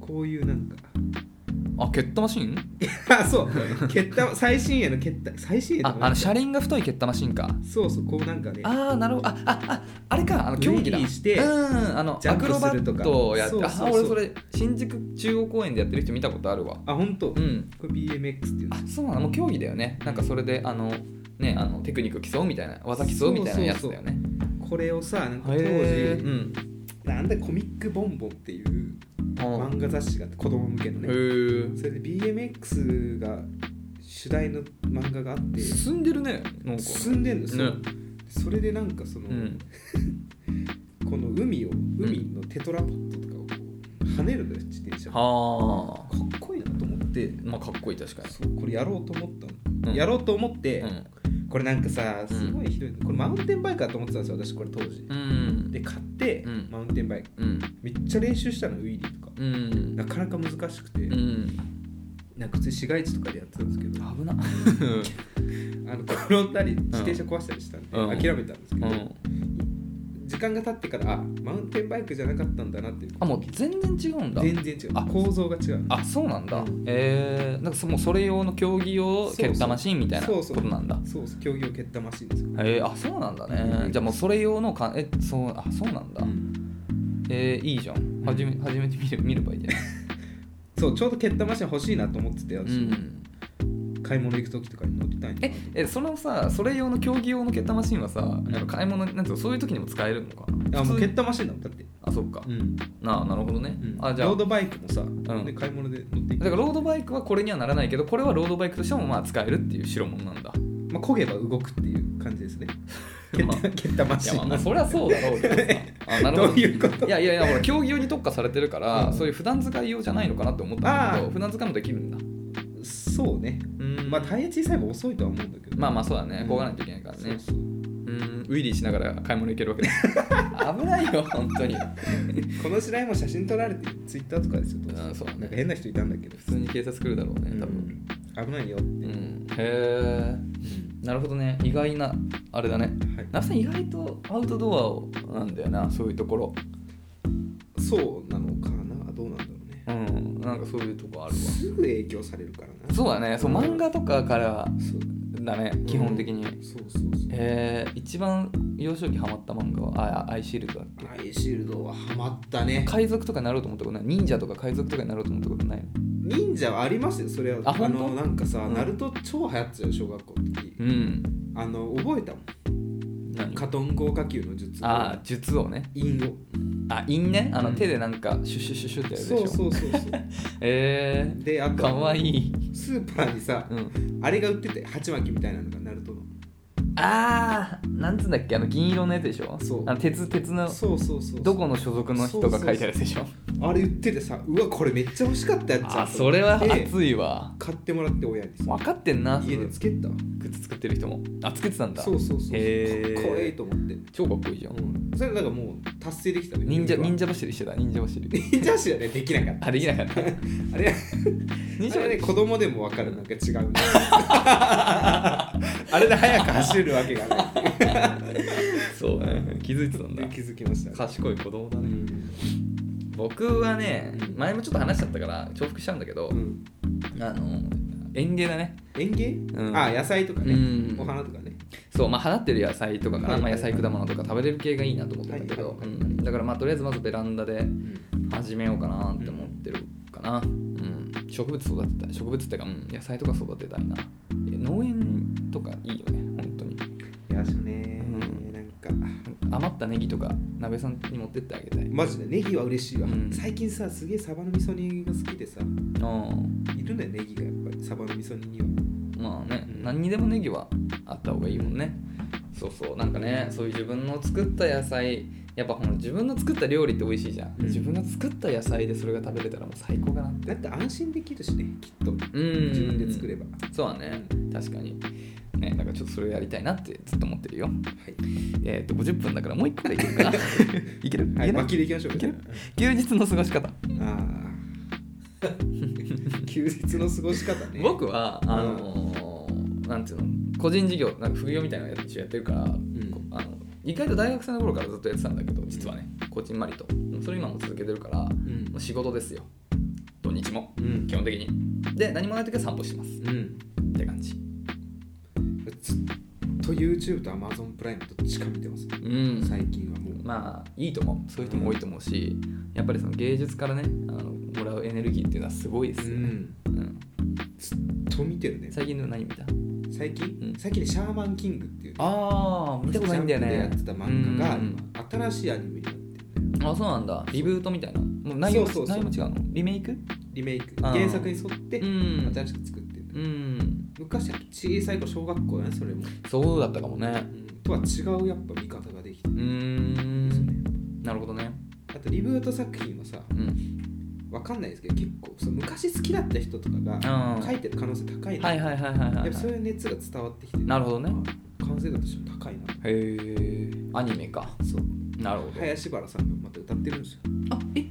[SPEAKER 1] こうこういうなんか
[SPEAKER 2] あ、ケットマシン
[SPEAKER 1] あそう蹴った最新鋭の蹴った最新鋭
[SPEAKER 2] あ
[SPEAKER 1] の、
[SPEAKER 2] あの、車輪が太いケットマシンか。
[SPEAKER 1] そうそうこうなんかね
[SPEAKER 2] ああ、なるほど。あ、あ、あ、あれか、あの、競技だ
[SPEAKER 1] ウィ。リーして
[SPEAKER 2] うん、あの、
[SPEAKER 1] ジャ
[SPEAKER 2] ア
[SPEAKER 1] ン
[SPEAKER 2] ク
[SPEAKER 1] プ
[SPEAKER 2] ロバ
[SPEAKER 1] すると
[SPEAKER 2] ッ
[SPEAKER 1] か
[SPEAKER 2] トをやって、
[SPEAKER 1] そう
[SPEAKER 2] あ
[SPEAKER 1] そうそう
[SPEAKER 2] あ、俺それ、新宿中央公園でやってる人見たことあるわ。
[SPEAKER 1] あ本当、
[SPEAKER 2] うん。
[SPEAKER 1] これ BMX っていうんで
[SPEAKER 2] あ
[SPEAKER 1] す、
[SPEAKER 2] そうなの、もう競技だよね。なんかそれで、あの、ね、あのテクニック競うみたいな、技競うみたいなやつだよね。
[SPEAKER 1] これをさなんか当時、
[SPEAKER 2] へーうん。
[SPEAKER 1] なんだコミックボンボンっていう漫画雑誌があって子供向けの
[SPEAKER 2] へ
[SPEAKER 1] ね
[SPEAKER 2] ー
[SPEAKER 1] それで BMX が主題の漫画があって
[SPEAKER 2] 進んでるね、なんか。
[SPEAKER 1] 進んでんですよ、
[SPEAKER 2] ね
[SPEAKER 1] それでなんかその、
[SPEAKER 2] うん。
[SPEAKER 1] この海を海のテトラポットとかをこう跳ねるのよ自転車かっ
[SPEAKER 2] はあ。
[SPEAKER 1] こいいなと思って
[SPEAKER 2] まあ、かっこいい、確かに。
[SPEAKER 1] そうこれやろうと思ったの、
[SPEAKER 2] うん
[SPEAKER 1] やろうと思って、
[SPEAKER 2] うん。
[SPEAKER 1] これなんかさすごいひどいこれマウンテンバイクだと思ってたんですよ私これ当時
[SPEAKER 2] うん。
[SPEAKER 1] で買って、
[SPEAKER 2] うん
[SPEAKER 1] マウンテンバイク
[SPEAKER 2] うん。
[SPEAKER 1] めっちゃ練習したのウィリーとか
[SPEAKER 2] うん。
[SPEAKER 1] なかなか難しくて、
[SPEAKER 2] うん。
[SPEAKER 1] なんか普通に市街地とかでやってたんですけど
[SPEAKER 2] 危な。
[SPEAKER 1] あの転んだり自転車壊したりしたんで、
[SPEAKER 2] うん
[SPEAKER 1] 諦めたんですけ
[SPEAKER 2] う
[SPEAKER 1] ど、
[SPEAKER 2] ん。
[SPEAKER 1] 時間が経ってからあマウンテンバイクじゃなかったんだなっていう
[SPEAKER 2] あ、もう全然違うんだ。
[SPEAKER 1] 全然違う
[SPEAKER 2] あ
[SPEAKER 1] 構造が違う
[SPEAKER 2] あそうなんだ、
[SPEAKER 1] うん
[SPEAKER 2] えー、なんかそもうそれ用の競技用
[SPEAKER 1] そうそう
[SPEAKER 2] 蹴ったマシンみたいな
[SPEAKER 1] そ
[SPEAKER 2] こ
[SPEAKER 1] うそ
[SPEAKER 2] と
[SPEAKER 1] う
[SPEAKER 2] なんだ
[SPEAKER 1] そうそう競技を蹴ったマシンですよ、
[SPEAKER 2] えー、あそうなんだね、
[SPEAKER 1] うん
[SPEAKER 2] じゃあもうそれ用のかえそうあそうなんだ、
[SPEAKER 1] うん
[SPEAKER 2] えー、いいじゃん初め初めて見る見ればいいじゃん、
[SPEAKER 1] そうちょうど蹴ったマシン欲しいなと思ってて
[SPEAKER 2] う
[SPEAKER 1] 私、
[SPEAKER 2] ん、
[SPEAKER 1] 買い物行く時とかに乗りたい
[SPEAKER 2] ええそのさそれ用の競技用の蹴ったマシンはさ、あの買い物なんていうのそういう時にも使えるのか
[SPEAKER 1] あもう
[SPEAKER 2] 普
[SPEAKER 1] 蹴
[SPEAKER 2] 通
[SPEAKER 1] っ
[SPEAKER 2] に
[SPEAKER 1] たマシンだもんだって
[SPEAKER 2] あそっか、
[SPEAKER 1] うん、
[SPEAKER 2] なあなるほどね、
[SPEAKER 1] うん、
[SPEAKER 2] あじゃあ
[SPEAKER 1] ロードバイクもさ、
[SPEAKER 2] ん
[SPEAKER 1] で買い物で乗っていく
[SPEAKER 2] だからロードバイクはこれにはならないけどこれはロードバイクとしてもまあ使えるっていう代物 なんだ
[SPEAKER 1] まあ、焦げば動くっていう感じですね蹴っ
[SPEAKER 2] まあ
[SPEAKER 1] た蹴ったマ
[SPEAKER 2] い
[SPEAKER 1] シ
[SPEAKER 2] や
[SPEAKER 1] ン
[SPEAKER 2] まあまあそりゃそうだろうけどさ あなるほ
[SPEAKER 1] ど
[SPEAKER 2] ど
[SPEAKER 1] ういうこと
[SPEAKER 2] いやいやいやほら競技用に特化されてるから、
[SPEAKER 1] うん
[SPEAKER 2] そういう普段使い用じゃないのかなって思ったんだけ
[SPEAKER 1] あ
[SPEAKER 2] ど
[SPEAKER 1] ー
[SPEAKER 2] 普段使いもできるんだ
[SPEAKER 1] そうね
[SPEAKER 2] うん
[SPEAKER 1] まあタイヤ小さい分遅いとは思うんだけど
[SPEAKER 2] まあま
[SPEAKER 1] あ
[SPEAKER 2] あそうだね
[SPEAKER 1] うん
[SPEAKER 2] 動かないといけないからね、
[SPEAKER 1] そうそう
[SPEAKER 2] うんウィリーしながら買い物行けるわけだ危ないよ本当 に
[SPEAKER 1] この時代も写真撮られてツイッターとかですよど
[SPEAKER 2] あそうだね
[SPEAKER 1] なんか変な人いたんだけど
[SPEAKER 2] 普通に警察来るだろうね多分
[SPEAKER 1] うん危ないよって、
[SPEAKER 2] うん、へえなるほどね意外なあれだね
[SPEAKER 1] はい
[SPEAKER 2] 那須さん意外とアウトドアをなんだよなそういうところ
[SPEAKER 1] そうなのかなどうなんだろうね
[SPEAKER 2] うんなんかそういうとこあるわ
[SPEAKER 1] すぐ影響されるからな
[SPEAKER 2] そうだねそう漫画とかから
[SPEAKER 1] そう
[SPEAKER 2] だね基本的に、
[SPEAKER 1] そうそうそう
[SPEAKER 2] えー、一番幼少期ハマった漫画はあアイシールドだっけ
[SPEAKER 1] アイシールドはハマったね
[SPEAKER 2] 海賊とかになろうと思ったことない忍者とか海賊とかになろうと思ったことないの
[SPEAKER 1] 忍者はありますよそれは
[SPEAKER 2] あ本当
[SPEAKER 1] のなんかさ、
[SPEAKER 2] うん
[SPEAKER 1] ナルト超流行ってたよ小学校の時
[SPEAKER 2] うん
[SPEAKER 1] あの覚えたもん
[SPEAKER 2] 何
[SPEAKER 1] カトン豪華球の術を
[SPEAKER 2] ああ術をね
[SPEAKER 1] 韻を
[SPEAKER 2] あ因ねあの、
[SPEAKER 1] うん
[SPEAKER 2] 手でなんかシュッシュッシュッシュってやるでし
[SPEAKER 1] そ
[SPEAKER 2] ょ
[SPEAKER 1] うそうそうそう
[SPEAKER 2] え
[SPEAKER 1] であ
[SPEAKER 2] ー、
[SPEAKER 1] と
[SPEAKER 2] かわいい、
[SPEAKER 1] スーパーにさ、
[SPEAKER 2] うん、
[SPEAKER 1] あれが売ってて鉢巻きみたいなのがナルトの
[SPEAKER 2] あーなんつうんだっけあの銀色のやつでしょ
[SPEAKER 1] そう
[SPEAKER 2] あの鉄鉄の
[SPEAKER 1] そうそうそう
[SPEAKER 2] どこの所属の人が書いてあるやつでしょ
[SPEAKER 1] あれ売っててさうわこれめっちゃ欲しかったやつだ
[SPEAKER 2] あそれは
[SPEAKER 1] で
[SPEAKER 2] 熱いわ
[SPEAKER 1] 買ってもらって親にさ
[SPEAKER 2] 分かってんな
[SPEAKER 1] 家でつけたわ
[SPEAKER 2] 靴作ってる人もあ作ってたんだ
[SPEAKER 1] そうそうそうそう
[SPEAKER 2] へー
[SPEAKER 1] かっこええと思って、
[SPEAKER 2] 超かっこいいじゃん、
[SPEAKER 1] うん、それなんかもう達成できたね
[SPEAKER 2] 忍者
[SPEAKER 1] 俺は
[SPEAKER 2] 忍者走りしてた忍者走 り
[SPEAKER 1] 忍者走りはねできなかった
[SPEAKER 2] あできなかった
[SPEAKER 1] あれあ
[SPEAKER 2] 忍者
[SPEAKER 1] れね
[SPEAKER 2] ね
[SPEAKER 1] 子供でも分かるなんか違 うねあれで速く走るわけがな
[SPEAKER 2] そうね気づいてたんだ
[SPEAKER 1] い気づきました、
[SPEAKER 2] 賢い子供だ
[SPEAKER 1] う
[SPEAKER 2] ね
[SPEAKER 1] ん
[SPEAKER 2] 僕はね
[SPEAKER 1] うん
[SPEAKER 2] 前もちょっと話しちゃったから重複しちゃうんだけど、
[SPEAKER 1] うん、
[SPEAKER 2] あの園芸だね
[SPEAKER 1] 園芸、
[SPEAKER 2] ん
[SPEAKER 1] あ野菜とかね、
[SPEAKER 2] うん
[SPEAKER 1] お花とかね
[SPEAKER 2] そうまあ放ってる野菜とかかな、
[SPEAKER 1] はい
[SPEAKER 2] まあ、野菜果物とか食べれる系がいいなと思ってるんだけど、
[SPEAKER 1] はいはい
[SPEAKER 2] うんだからまあとりあえずまずベランダで始めようかなって思ってるかな、うん植物育てたい植物っていうか、うん、野菜とか育てたいなえ農園とかいいよね本当に
[SPEAKER 1] いやしね、
[SPEAKER 2] うん
[SPEAKER 1] なんか
[SPEAKER 2] 余ったネギとか鍋さんに持ってってあげたい
[SPEAKER 1] マジでネギは嬉しいわ、
[SPEAKER 2] うん
[SPEAKER 1] 最近さすげえサバの味噌煮が好きでさ
[SPEAKER 2] うん
[SPEAKER 1] いるねネギがやっぱりサバの味噌煮には
[SPEAKER 2] まあね、
[SPEAKER 1] うん
[SPEAKER 2] 何にでもネギはあった方がいいもんねそうそうなんかねそういう自分の作った野菜やっぱこの自分の作った料理って美味しいじゃん、
[SPEAKER 1] うん
[SPEAKER 2] 自分が作った野菜でそれが食べれたらもう最高かな
[SPEAKER 1] だって安心できるしねきっと
[SPEAKER 2] うん
[SPEAKER 1] 自分で作れば、
[SPEAKER 2] そうだね確かにねなんかちょっとそれをやりたいなってずっと思ってるよ
[SPEAKER 1] はい
[SPEAKER 2] えっ、と50分だからもう一回でいける かないける、、
[SPEAKER 1] はいい、
[SPEAKER 2] けない
[SPEAKER 1] 巻きでいきましょうか
[SPEAKER 2] いける休日の過ごし方
[SPEAKER 1] ああ 休日の過ごし方ね
[SPEAKER 2] 僕はあのーなんていうの個人事業なんか副業みたいなのやつ一応やってるから、こあの意外と大学生の頃からずっとやってたんだけど実はねこじんまりとそれ今も続けてるからも
[SPEAKER 1] うん
[SPEAKER 2] う仕事ですよ土日も
[SPEAKER 1] うん
[SPEAKER 2] 基本的にで何もない時は散歩してます
[SPEAKER 1] うん
[SPEAKER 2] って感じ
[SPEAKER 1] ずっと YouTube と Amazon プライムどっちか見てます、
[SPEAKER 2] うん
[SPEAKER 1] 最近はもう、
[SPEAKER 2] まあいいと思うそういう人も多いと思うし、やっぱりその芸術からねあのもらうエネルギーっていうのはすごいですよね、うん
[SPEAKER 1] と見てるね
[SPEAKER 2] 最近の何見た
[SPEAKER 1] 最近、
[SPEAKER 2] うん
[SPEAKER 1] 最近ねシャーマンキングっていう
[SPEAKER 2] ああ見たことないんだよ
[SPEAKER 1] ジャ
[SPEAKER 2] ね
[SPEAKER 1] ンプでやってた漫画が
[SPEAKER 2] うん
[SPEAKER 1] 今新しいアニメになってる
[SPEAKER 2] あそうなんだリブートみたいなもう内容
[SPEAKER 1] そうそうそう
[SPEAKER 2] 内容も違うのリメイク
[SPEAKER 1] リメイク
[SPEAKER 2] あー
[SPEAKER 1] 原作に沿って
[SPEAKER 2] うん
[SPEAKER 1] 新しく作ってる、
[SPEAKER 2] うん
[SPEAKER 1] 昔は小さい頃小学校だねそれも、
[SPEAKER 2] そうだったかもね
[SPEAKER 1] うんとは違うやっぱ見方ができて
[SPEAKER 2] うーんなるほどね
[SPEAKER 1] あとリブート作品はさ
[SPEAKER 2] うん
[SPEAKER 1] わかんないですけど結構その昔好きだった人とか
[SPEAKER 2] う
[SPEAKER 1] が
[SPEAKER 2] ん
[SPEAKER 1] 書いてる可能性高いな
[SPEAKER 2] はいはいはいはいは
[SPEAKER 1] や
[SPEAKER 2] い
[SPEAKER 1] っぱそういう熱が伝わってきて
[SPEAKER 2] なるほどね
[SPEAKER 1] 完成度としても高いな
[SPEAKER 2] へえアニメか
[SPEAKER 1] そう
[SPEAKER 2] なるほど、
[SPEAKER 1] 林原さんがまた歌ってるんですよ
[SPEAKER 2] あえ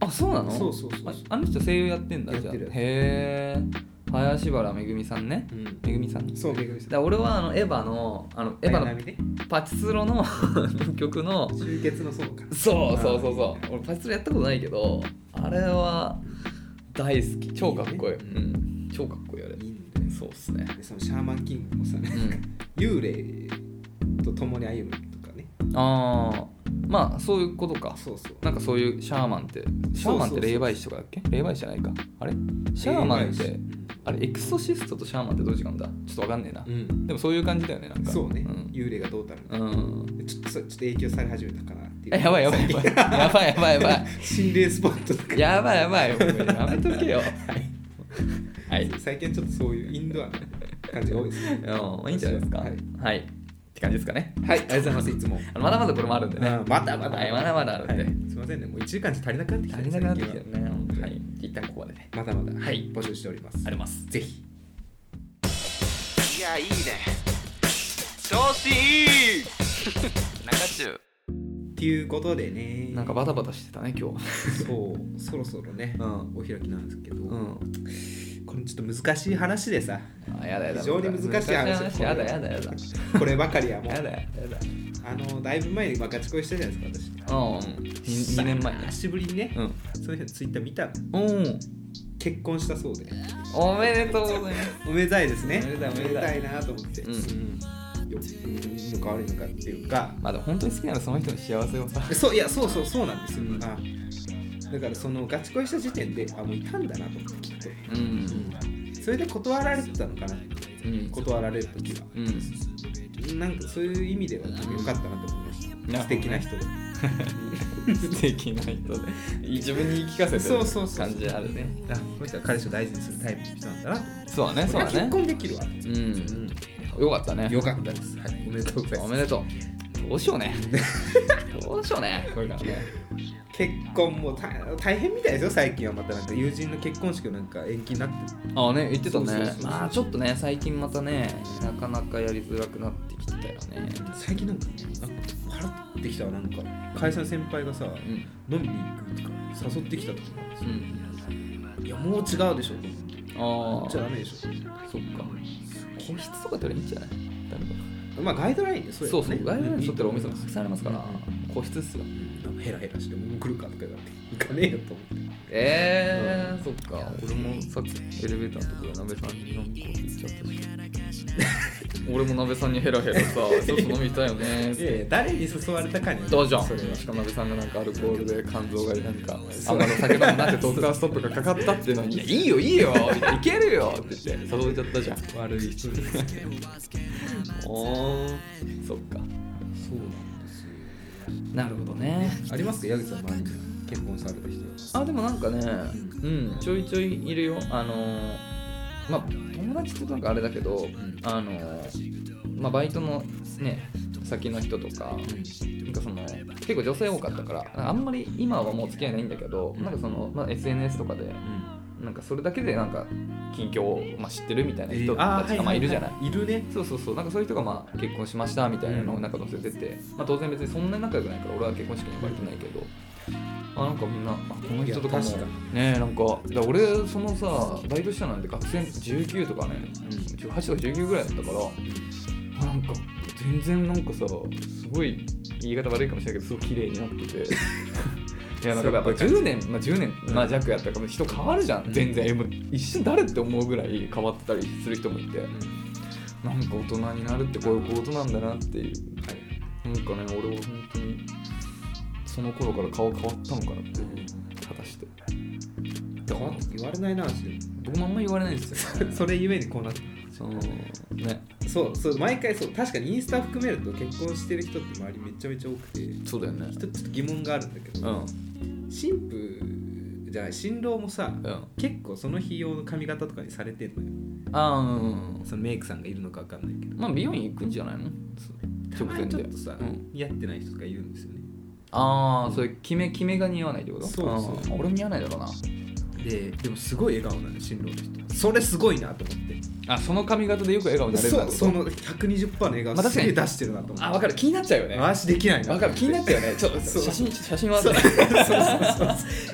[SPEAKER 2] あそうなの
[SPEAKER 1] そうそうそうそう
[SPEAKER 2] ああの人声優やってんだ
[SPEAKER 1] やっ
[SPEAKER 2] じゃあ
[SPEAKER 1] てる
[SPEAKER 2] へえ林原めぐみさんね
[SPEAKER 1] うん
[SPEAKER 2] めぐみさんだか
[SPEAKER 1] そうめぐみさん
[SPEAKER 2] ら俺はあのエヴァのあのエヴァ
[SPEAKER 1] 綾
[SPEAKER 2] の
[SPEAKER 1] 波ね
[SPEAKER 2] パチスロの 曲の
[SPEAKER 1] 終結の層か
[SPEAKER 2] そうそうそう
[SPEAKER 1] あ
[SPEAKER 2] そ
[SPEAKER 1] ー
[SPEAKER 2] う俺パチスロやったことないけどあれは大好き超かっこいい
[SPEAKER 1] いいね
[SPEAKER 2] うん、超かっこいいあれ
[SPEAKER 1] いいんだよ
[SPEAKER 2] そうっすね
[SPEAKER 1] でそのシャーマンキングもさ、
[SPEAKER 2] うん
[SPEAKER 1] 幽霊と共に歩むとかね
[SPEAKER 2] ああまあそういうことか
[SPEAKER 1] そうそう
[SPEAKER 2] なんかそういうシャーマンってシャーマンって霊媒師とかだっけ霊媒師じゃないかあれシャーマンって
[SPEAKER 1] うん
[SPEAKER 2] あれエクソシストとシャーマンってどう違うんだちょっとわかんねえな、
[SPEAKER 1] うん
[SPEAKER 2] でもそういう感じだよねなんか
[SPEAKER 1] そうね、
[SPEAKER 2] ん
[SPEAKER 1] 幽霊がどうたるな、
[SPEAKER 2] うん、
[SPEAKER 1] ちょっとそれちょっと影響され始めたかなっていう
[SPEAKER 2] やばいやばいやばいやばいやばいやばい
[SPEAKER 1] 心霊スポットとか
[SPEAKER 2] やばいやばいもうやめと けよはい、
[SPEAKER 1] 最近ちょっとそういうインドアな感じが多いですね
[SPEAKER 2] うんいいんじゃないですか
[SPEAKER 1] は
[SPEAKER 2] はいい、って感じですかね
[SPEAKER 1] はいありがとうございますいつも
[SPEAKER 2] あのまだまだこれもあるんでね
[SPEAKER 1] あまだまだ
[SPEAKER 2] はいまだまだあるんで、
[SPEAKER 1] はいすいませんねもう1時間じゃ足りなくなってきた
[SPEAKER 2] 足りなくなってきたよ
[SPEAKER 1] 最
[SPEAKER 2] ね本当
[SPEAKER 1] 近
[SPEAKER 2] に、
[SPEAKER 1] は
[SPEAKER 2] はいい、一旦ここまでね
[SPEAKER 1] まだまだ
[SPEAKER 2] はい
[SPEAKER 1] 募集しております
[SPEAKER 2] あります
[SPEAKER 1] ぜひ
[SPEAKER 3] いやいいね調子い い中中
[SPEAKER 1] っていうことでね
[SPEAKER 2] なんかバタバタしてたね今日
[SPEAKER 1] そうそろそろね
[SPEAKER 2] うん
[SPEAKER 1] お開きなんですけど
[SPEAKER 2] うん
[SPEAKER 1] これちょっと難しい話でさ
[SPEAKER 2] あやだやだ
[SPEAKER 1] 非常に難しい話
[SPEAKER 2] やだやだやだ
[SPEAKER 1] こればかりはも
[SPEAKER 2] やだ
[SPEAKER 1] う
[SPEAKER 2] やだ
[SPEAKER 1] あのだいぶ前にまあガチ恋したじゃないですか
[SPEAKER 2] うん 2, 2年前
[SPEAKER 1] 私
[SPEAKER 2] ね
[SPEAKER 1] 久しぶりにね
[SPEAKER 2] うん
[SPEAKER 1] その人のツイッター見たの
[SPEAKER 2] うん
[SPEAKER 1] 結婚したそうで
[SPEAKER 2] おめでとうございます
[SPEAKER 1] おめでたいですね
[SPEAKER 2] おめでたいおめでたい
[SPEAKER 1] おめでなと思って
[SPEAKER 2] うん
[SPEAKER 1] よくいいのか悪いのかっていうか
[SPEAKER 2] まあでも本当に好きならその人の幸せを さ
[SPEAKER 1] そういやそうそうそうなんですよ、
[SPEAKER 2] うん
[SPEAKER 1] あだからそのガチ恋した時点であもういたんだなと思ってきっと、
[SPEAKER 2] うん
[SPEAKER 1] それで断られてたのかな
[SPEAKER 2] うん
[SPEAKER 1] 断られる時は
[SPEAKER 2] うん
[SPEAKER 1] なんかそういう意味ではなんか良かったなと思いまし
[SPEAKER 2] な
[SPEAKER 1] た
[SPEAKER 2] るほどね
[SPEAKER 1] 素敵な人で
[SPEAKER 2] 素敵な人 で自分に言い聞かせて
[SPEAKER 1] そうそうそう
[SPEAKER 2] 感じあるね
[SPEAKER 1] あこの人は彼氏を大事にするタイプの人なんだな
[SPEAKER 2] そうだねそう
[SPEAKER 1] 俺
[SPEAKER 2] だ
[SPEAKER 1] は
[SPEAKER 2] ね
[SPEAKER 1] 結婚できるわ、
[SPEAKER 2] うんよかったね
[SPEAKER 1] よかったです、はい、おめでとうござい
[SPEAKER 2] お
[SPEAKER 1] ます
[SPEAKER 2] めでとうどうしよ うねどうしようねこれからね
[SPEAKER 1] 結婚も大大変みたいですよ最近はまたなんか友人の結婚式をなんか延期になって
[SPEAKER 2] ああね言ってた
[SPEAKER 1] そう
[SPEAKER 2] ね
[SPEAKER 1] そうそうそう
[SPEAKER 2] まあちょっとね最近またねなかなかやりづらくなってきたよね
[SPEAKER 1] 最近なんか払ってきたわなんか会社の先輩がさ、
[SPEAKER 2] うん
[SPEAKER 1] 飲みに行くとか誘ってきたとかなんです
[SPEAKER 2] う
[SPEAKER 1] よ、
[SPEAKER 2] ん
[SPEAKER 1] いやもう違うでしょと思って
[SPEAKER 2] ああ
[SPEAKER 1] じゃダメでし
[SPEAKER 2] そっか個室とかっていいんじゃない誰か
[SPEAKER 1] ょまあガイドラインでそ
[SPEAKER 2] そうう
[SPEAKER 1] や
[SPEAKER 2] そうガイドラインに沿ってるお店
[SPEAKER 1] う
[SPEAKER 2] も
[SPEAKER 1] ん
[SPEAKER 2] たくさんありますから個室っすよ
[SPEAKER 1] なんかヘラヘラしてもう来るかとか言われて行かねえよと思って
[SPEAKER 2] えー、そっか俺もさっきエレベーターのとこで鍋さんに飲みに行っちゃったし俺も鍋さんにヘラヘラさ 「そうそう飲みたいよね」っ
[SPEAKER 1] いやいや
[SPEAKER 2] て
[SPEAKER 1] 誰に誘われたかに
[SPEAKER 2] どうじゃん
[SPEAKER 1] それは
[SPEAKER 2] しかも鍋さんがなんかアルコールで肝臓がなんかあんまの酒場になってドクターストップがかかったっていうのに「いやいいよいいよみたいないけるよ」って言って誘えちゃったじゃん
[SPEAKER 1] 悪い人ですそう
[SPEAKER 2] おーそっか
[SPEAKER 1] なんですよ
[SPEAKER 2] なるほどね
[SPEAKER 1] ありますか矢口さん周りに結婚された人
[SPEAKER 2] あでもなんかねうんちょいちょいいるよあのーまあ友達ってなんかあれだけど
[SPEAKER 1] ん
[SPEAKER 2] あのーまあバイトのね先の人とかなんかその結構女性多かったからなんかあんまり今はもう付き合いないんだけどなんかその、まあ、SNS とかでなんかそれだけでなんか近況を、まあ、知ってるみたいな人たちがまあいるじゃない。
[SPEAKER 1] いるね
[SPEAKER 2] そうそうそうなんかそういう人がまあ結婚しましたみたいなの
[SPEAKER 1] う
[SPEAKER 2] を
[SPEAKER 1] ん
[SPEAKER 2] なんか載せてて、まあ、当然別にそんなに仲良くないから俺は結婚式に呼ばれてないけど、あなんかみんなあこの人とかも
[SPEAKER 1] いや確か
[SPEAKER 2] ねえなんかだから俺そのさバイトしたなんて学生19とかね、18とか19ぐらいだったからあなんか全然なんかさすごい言い方悪いかもしれないけどすごい綺麗になってて。いやなんかやっぱ10年、まあ、10年、まあ、弱やったから人変わるじゃん全然、えもう一瞬誰って思うぐらい変わってたりする人もいて、なんか大人になるってこういうことなんだなっていうなんかね俺は本当にその頃から顔変わったのかなっていう果たしてだから
[SPEAKER 1] 言われないなマジで
[SPEAKER 2] 僕もあんま言われないんですよ ね
[SPEAKER 1] それゆえにこうなって
[SPEAKER 2] そのね
[SPEAKER 1] そうそう毎回そう確かにインスタ含めると結婚してる人って周りめちゃめちゃ多くて
[SPEAKER 2] そうだよね
[SPEAKER 1] ちょちょっと疑問があるんだけ
[SPEAKER 2] う
[SPEAKER 1] ど、
[SPEAKER 2] ん
[SPEAKER 1] 新婦じゃない新郎もさ
[SPEAKER 2] うん
[SPEAKER 1] 結構その日用の髪型とかにされてんのよ
[SPEAKER 2] あーうん
[SPEAKER 1] そのメイクさんがいるのか分かんないけど
[SPEAKER 2] まあ美容院行くんじゃないの
[SPEAKER 1] た
[SPEAKER 2] 直
[SPEAKER 1] ま
[SPEAKER 2] 前
[SPEAKER 1] にち
[SPEAKER 2] で
[SPEAKER 1] ょっとさ、
[SPEAKER 2] うん
[SPEAKER 1] 似合ってない人とかいるんですよね
[SPEAKER 2] ああそれ決め決めが似合わないってこと
[SPEAKER 1] そうそう
[SPEAKER 2] あー俺も似合わないだろうな
[SPEAKER 1] ででもすごい笑顔なのよ新郎の人それすごいなと思って
[SPEAKER 2] あその髪型でよく笑顔になれるんだ
[SPEAKER 1] そ
[SPEAKER 2] っ
[SPEAKER 1] う
[SPEAKER 2] て
[SPEAKER 1] そ
[SPEAKER 2] こと
[SPEAKER 1] の120%の笑
[SPEAKER 2] まあ
[SPEAKER 1] 顔
[SPEAKER 2] 確
[SPEAKER 1] す
[SPEAKER 2] かに
[SPEAKER 1] げえ出してるなと思って
[SPEAKER 2] あ分かる気になっちゃうよね
[SPEAKER 1] 回しできないな
[SPEAKER 2] わかる気になったよねちょっ と
[SPEAKER 1] そう
[SPEAKER 2] 写真写真は後で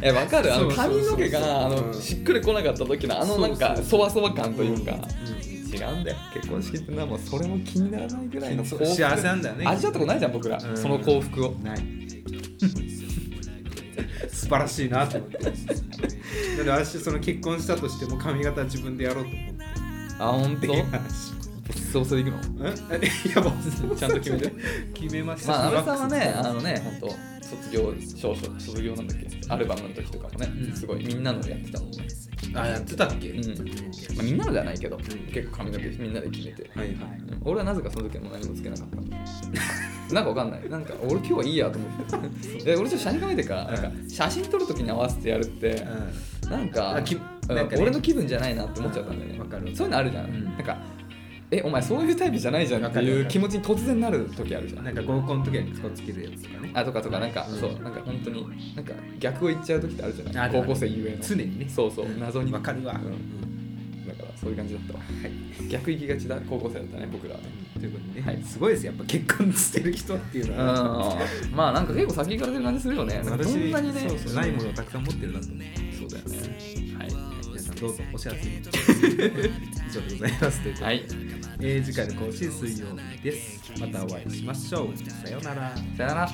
[SPEAKER 2] えわかるあ
[SPEAKER 1] そ
[SPEAKER 2] の
[SPEAKER 1] うそうそう
[SPEAKER 2] 髪
[SPEAKER 1] そう
[SPEAKER 2] の毛があの
[SPEAKER 1] うん
[SPEAKER 2] しっくりこなかった時のあのなんか
[SPEAKER 1] そう
[SPEAKER 2] そわそわ感というか
[SPEAKER 1] うん
[SPEAKER 2] 違うんだよ結婚式ってのはもうそれも気にならないぐらいの幸
[SPEAKER 1] そう
[SPEAKER 2] 福
[SPEAKER 1] 幸せなんだよね
[SPEAKER 2] 味わったことないじゃん僕ら
[SPEAKER 1] うん
[SPEAKER 2] その幸福を
[SPEAKER 1] ない素晴らしいなと思ってなので私その結婚したとしても髪型は自分でやろうと思って
[SPEAKER 2] あ
[SPEAKER 1] っ
[SPEAKER 2] 本
[SPEAKER 1] ていう話
[SPEAKER 2] そうそれでいくの
[SPEAKER 1] ん えいやもう
[SPEAKER 2] ちゃんと決めて
[SPEAKER 1] 決めました
[SPEAKER 2] まあ安倍さんはねあのね本当卒業証書卒業なんだっけアルバムの時とかもね
[SPEAKER 1] うん
[SPEAKER 2] すごいみんなのやってたもんね
[SPEAKER 1] あやってたっけ、
[SPEAKER 2] うんまあ、みんなのじゃないけど結構髪の毛みんなで決めて、
[SPEAKER 1] はいはい
[SPEAKER 2] うん俺はなぜかその時はもう何もつけなかったなんかわかんないなんか俺今日はいいやと思ってえ俺ちょっと写真構えてからなんか写真撮る時に合わせてやるってなんか
[SPEAKER 1] あき
[SPEAKER 2] うん
[SPEAKER 1] なんかね
[SPEAKER 2] 俺の気分じゃないなって思っちゃったんだよね
[SPEAKER 1] わかる
[SPEAKER 2] そういうのあるじゃん、
[SPEAKER 1] うん
[SPEAKER 2] なんかえお前そういうタイプじゃないじゃんって
[SPEAKER 1] わかる
[SPEAKER 2] い
[SPEAKER 1] わ
[SPEAKER 2] う
[SPEAKER 1] かる
[SPEAKER 2] 気持ちに突然なる時あるじ
[SPEAKER 1] う
[SPEAKER 2] ゃ
[SPEAKER 1] んん、なんか合コンの時にこつけるやつとかね
[SPEAKER 2] あとかとかなんか、
[SPEAKER 1] うん
[SPEAKER 2] そうなんか本当になんか逆を言っちゃう時ってあるじゃな
[SPEAKER 1] あ
[SPEAKER 2] い
[SPEAKER 1] るあ
[SPEAKER 2] 高
[SPEAKER 1] る
[SPEAKER 2] 校生ゆえの
[SPEAKER 1] 常にね
[SPEAKER 2] そうそう謎に
[SPEAKER 1] わかるわ、
[SPEAKER 2] うん
[SPEAKER 1] うん
[SPEAKER 2] だからそういう感じだったわ、逆行きがちだ高校生だったね僕らはね
[SPEAKER 1] ということでね、
[SPEAKER 2] はい
[SPEAKER 1] すごいですやっぱ結婚してる人っていうのは
[SPEAKER 2] うんまあなんか結構先行かれてる感じするよねなんか
[SPEAKER 1] 私
[SPEAKER 2] そんなにね
[SPEAKER 1] そうそうないものをたくさん持ってるなと思う
[SPEAKER 2] そうだよねはい
[SPEAKER 1] 皆 さんどうぞお幸せに以上でございますということで、
[SPEAKER 2] はい
[SPEAKER 1] えー次回の更新水曜日ですまたお会いしましょうさようなら
[SPEAKER 2] さよなら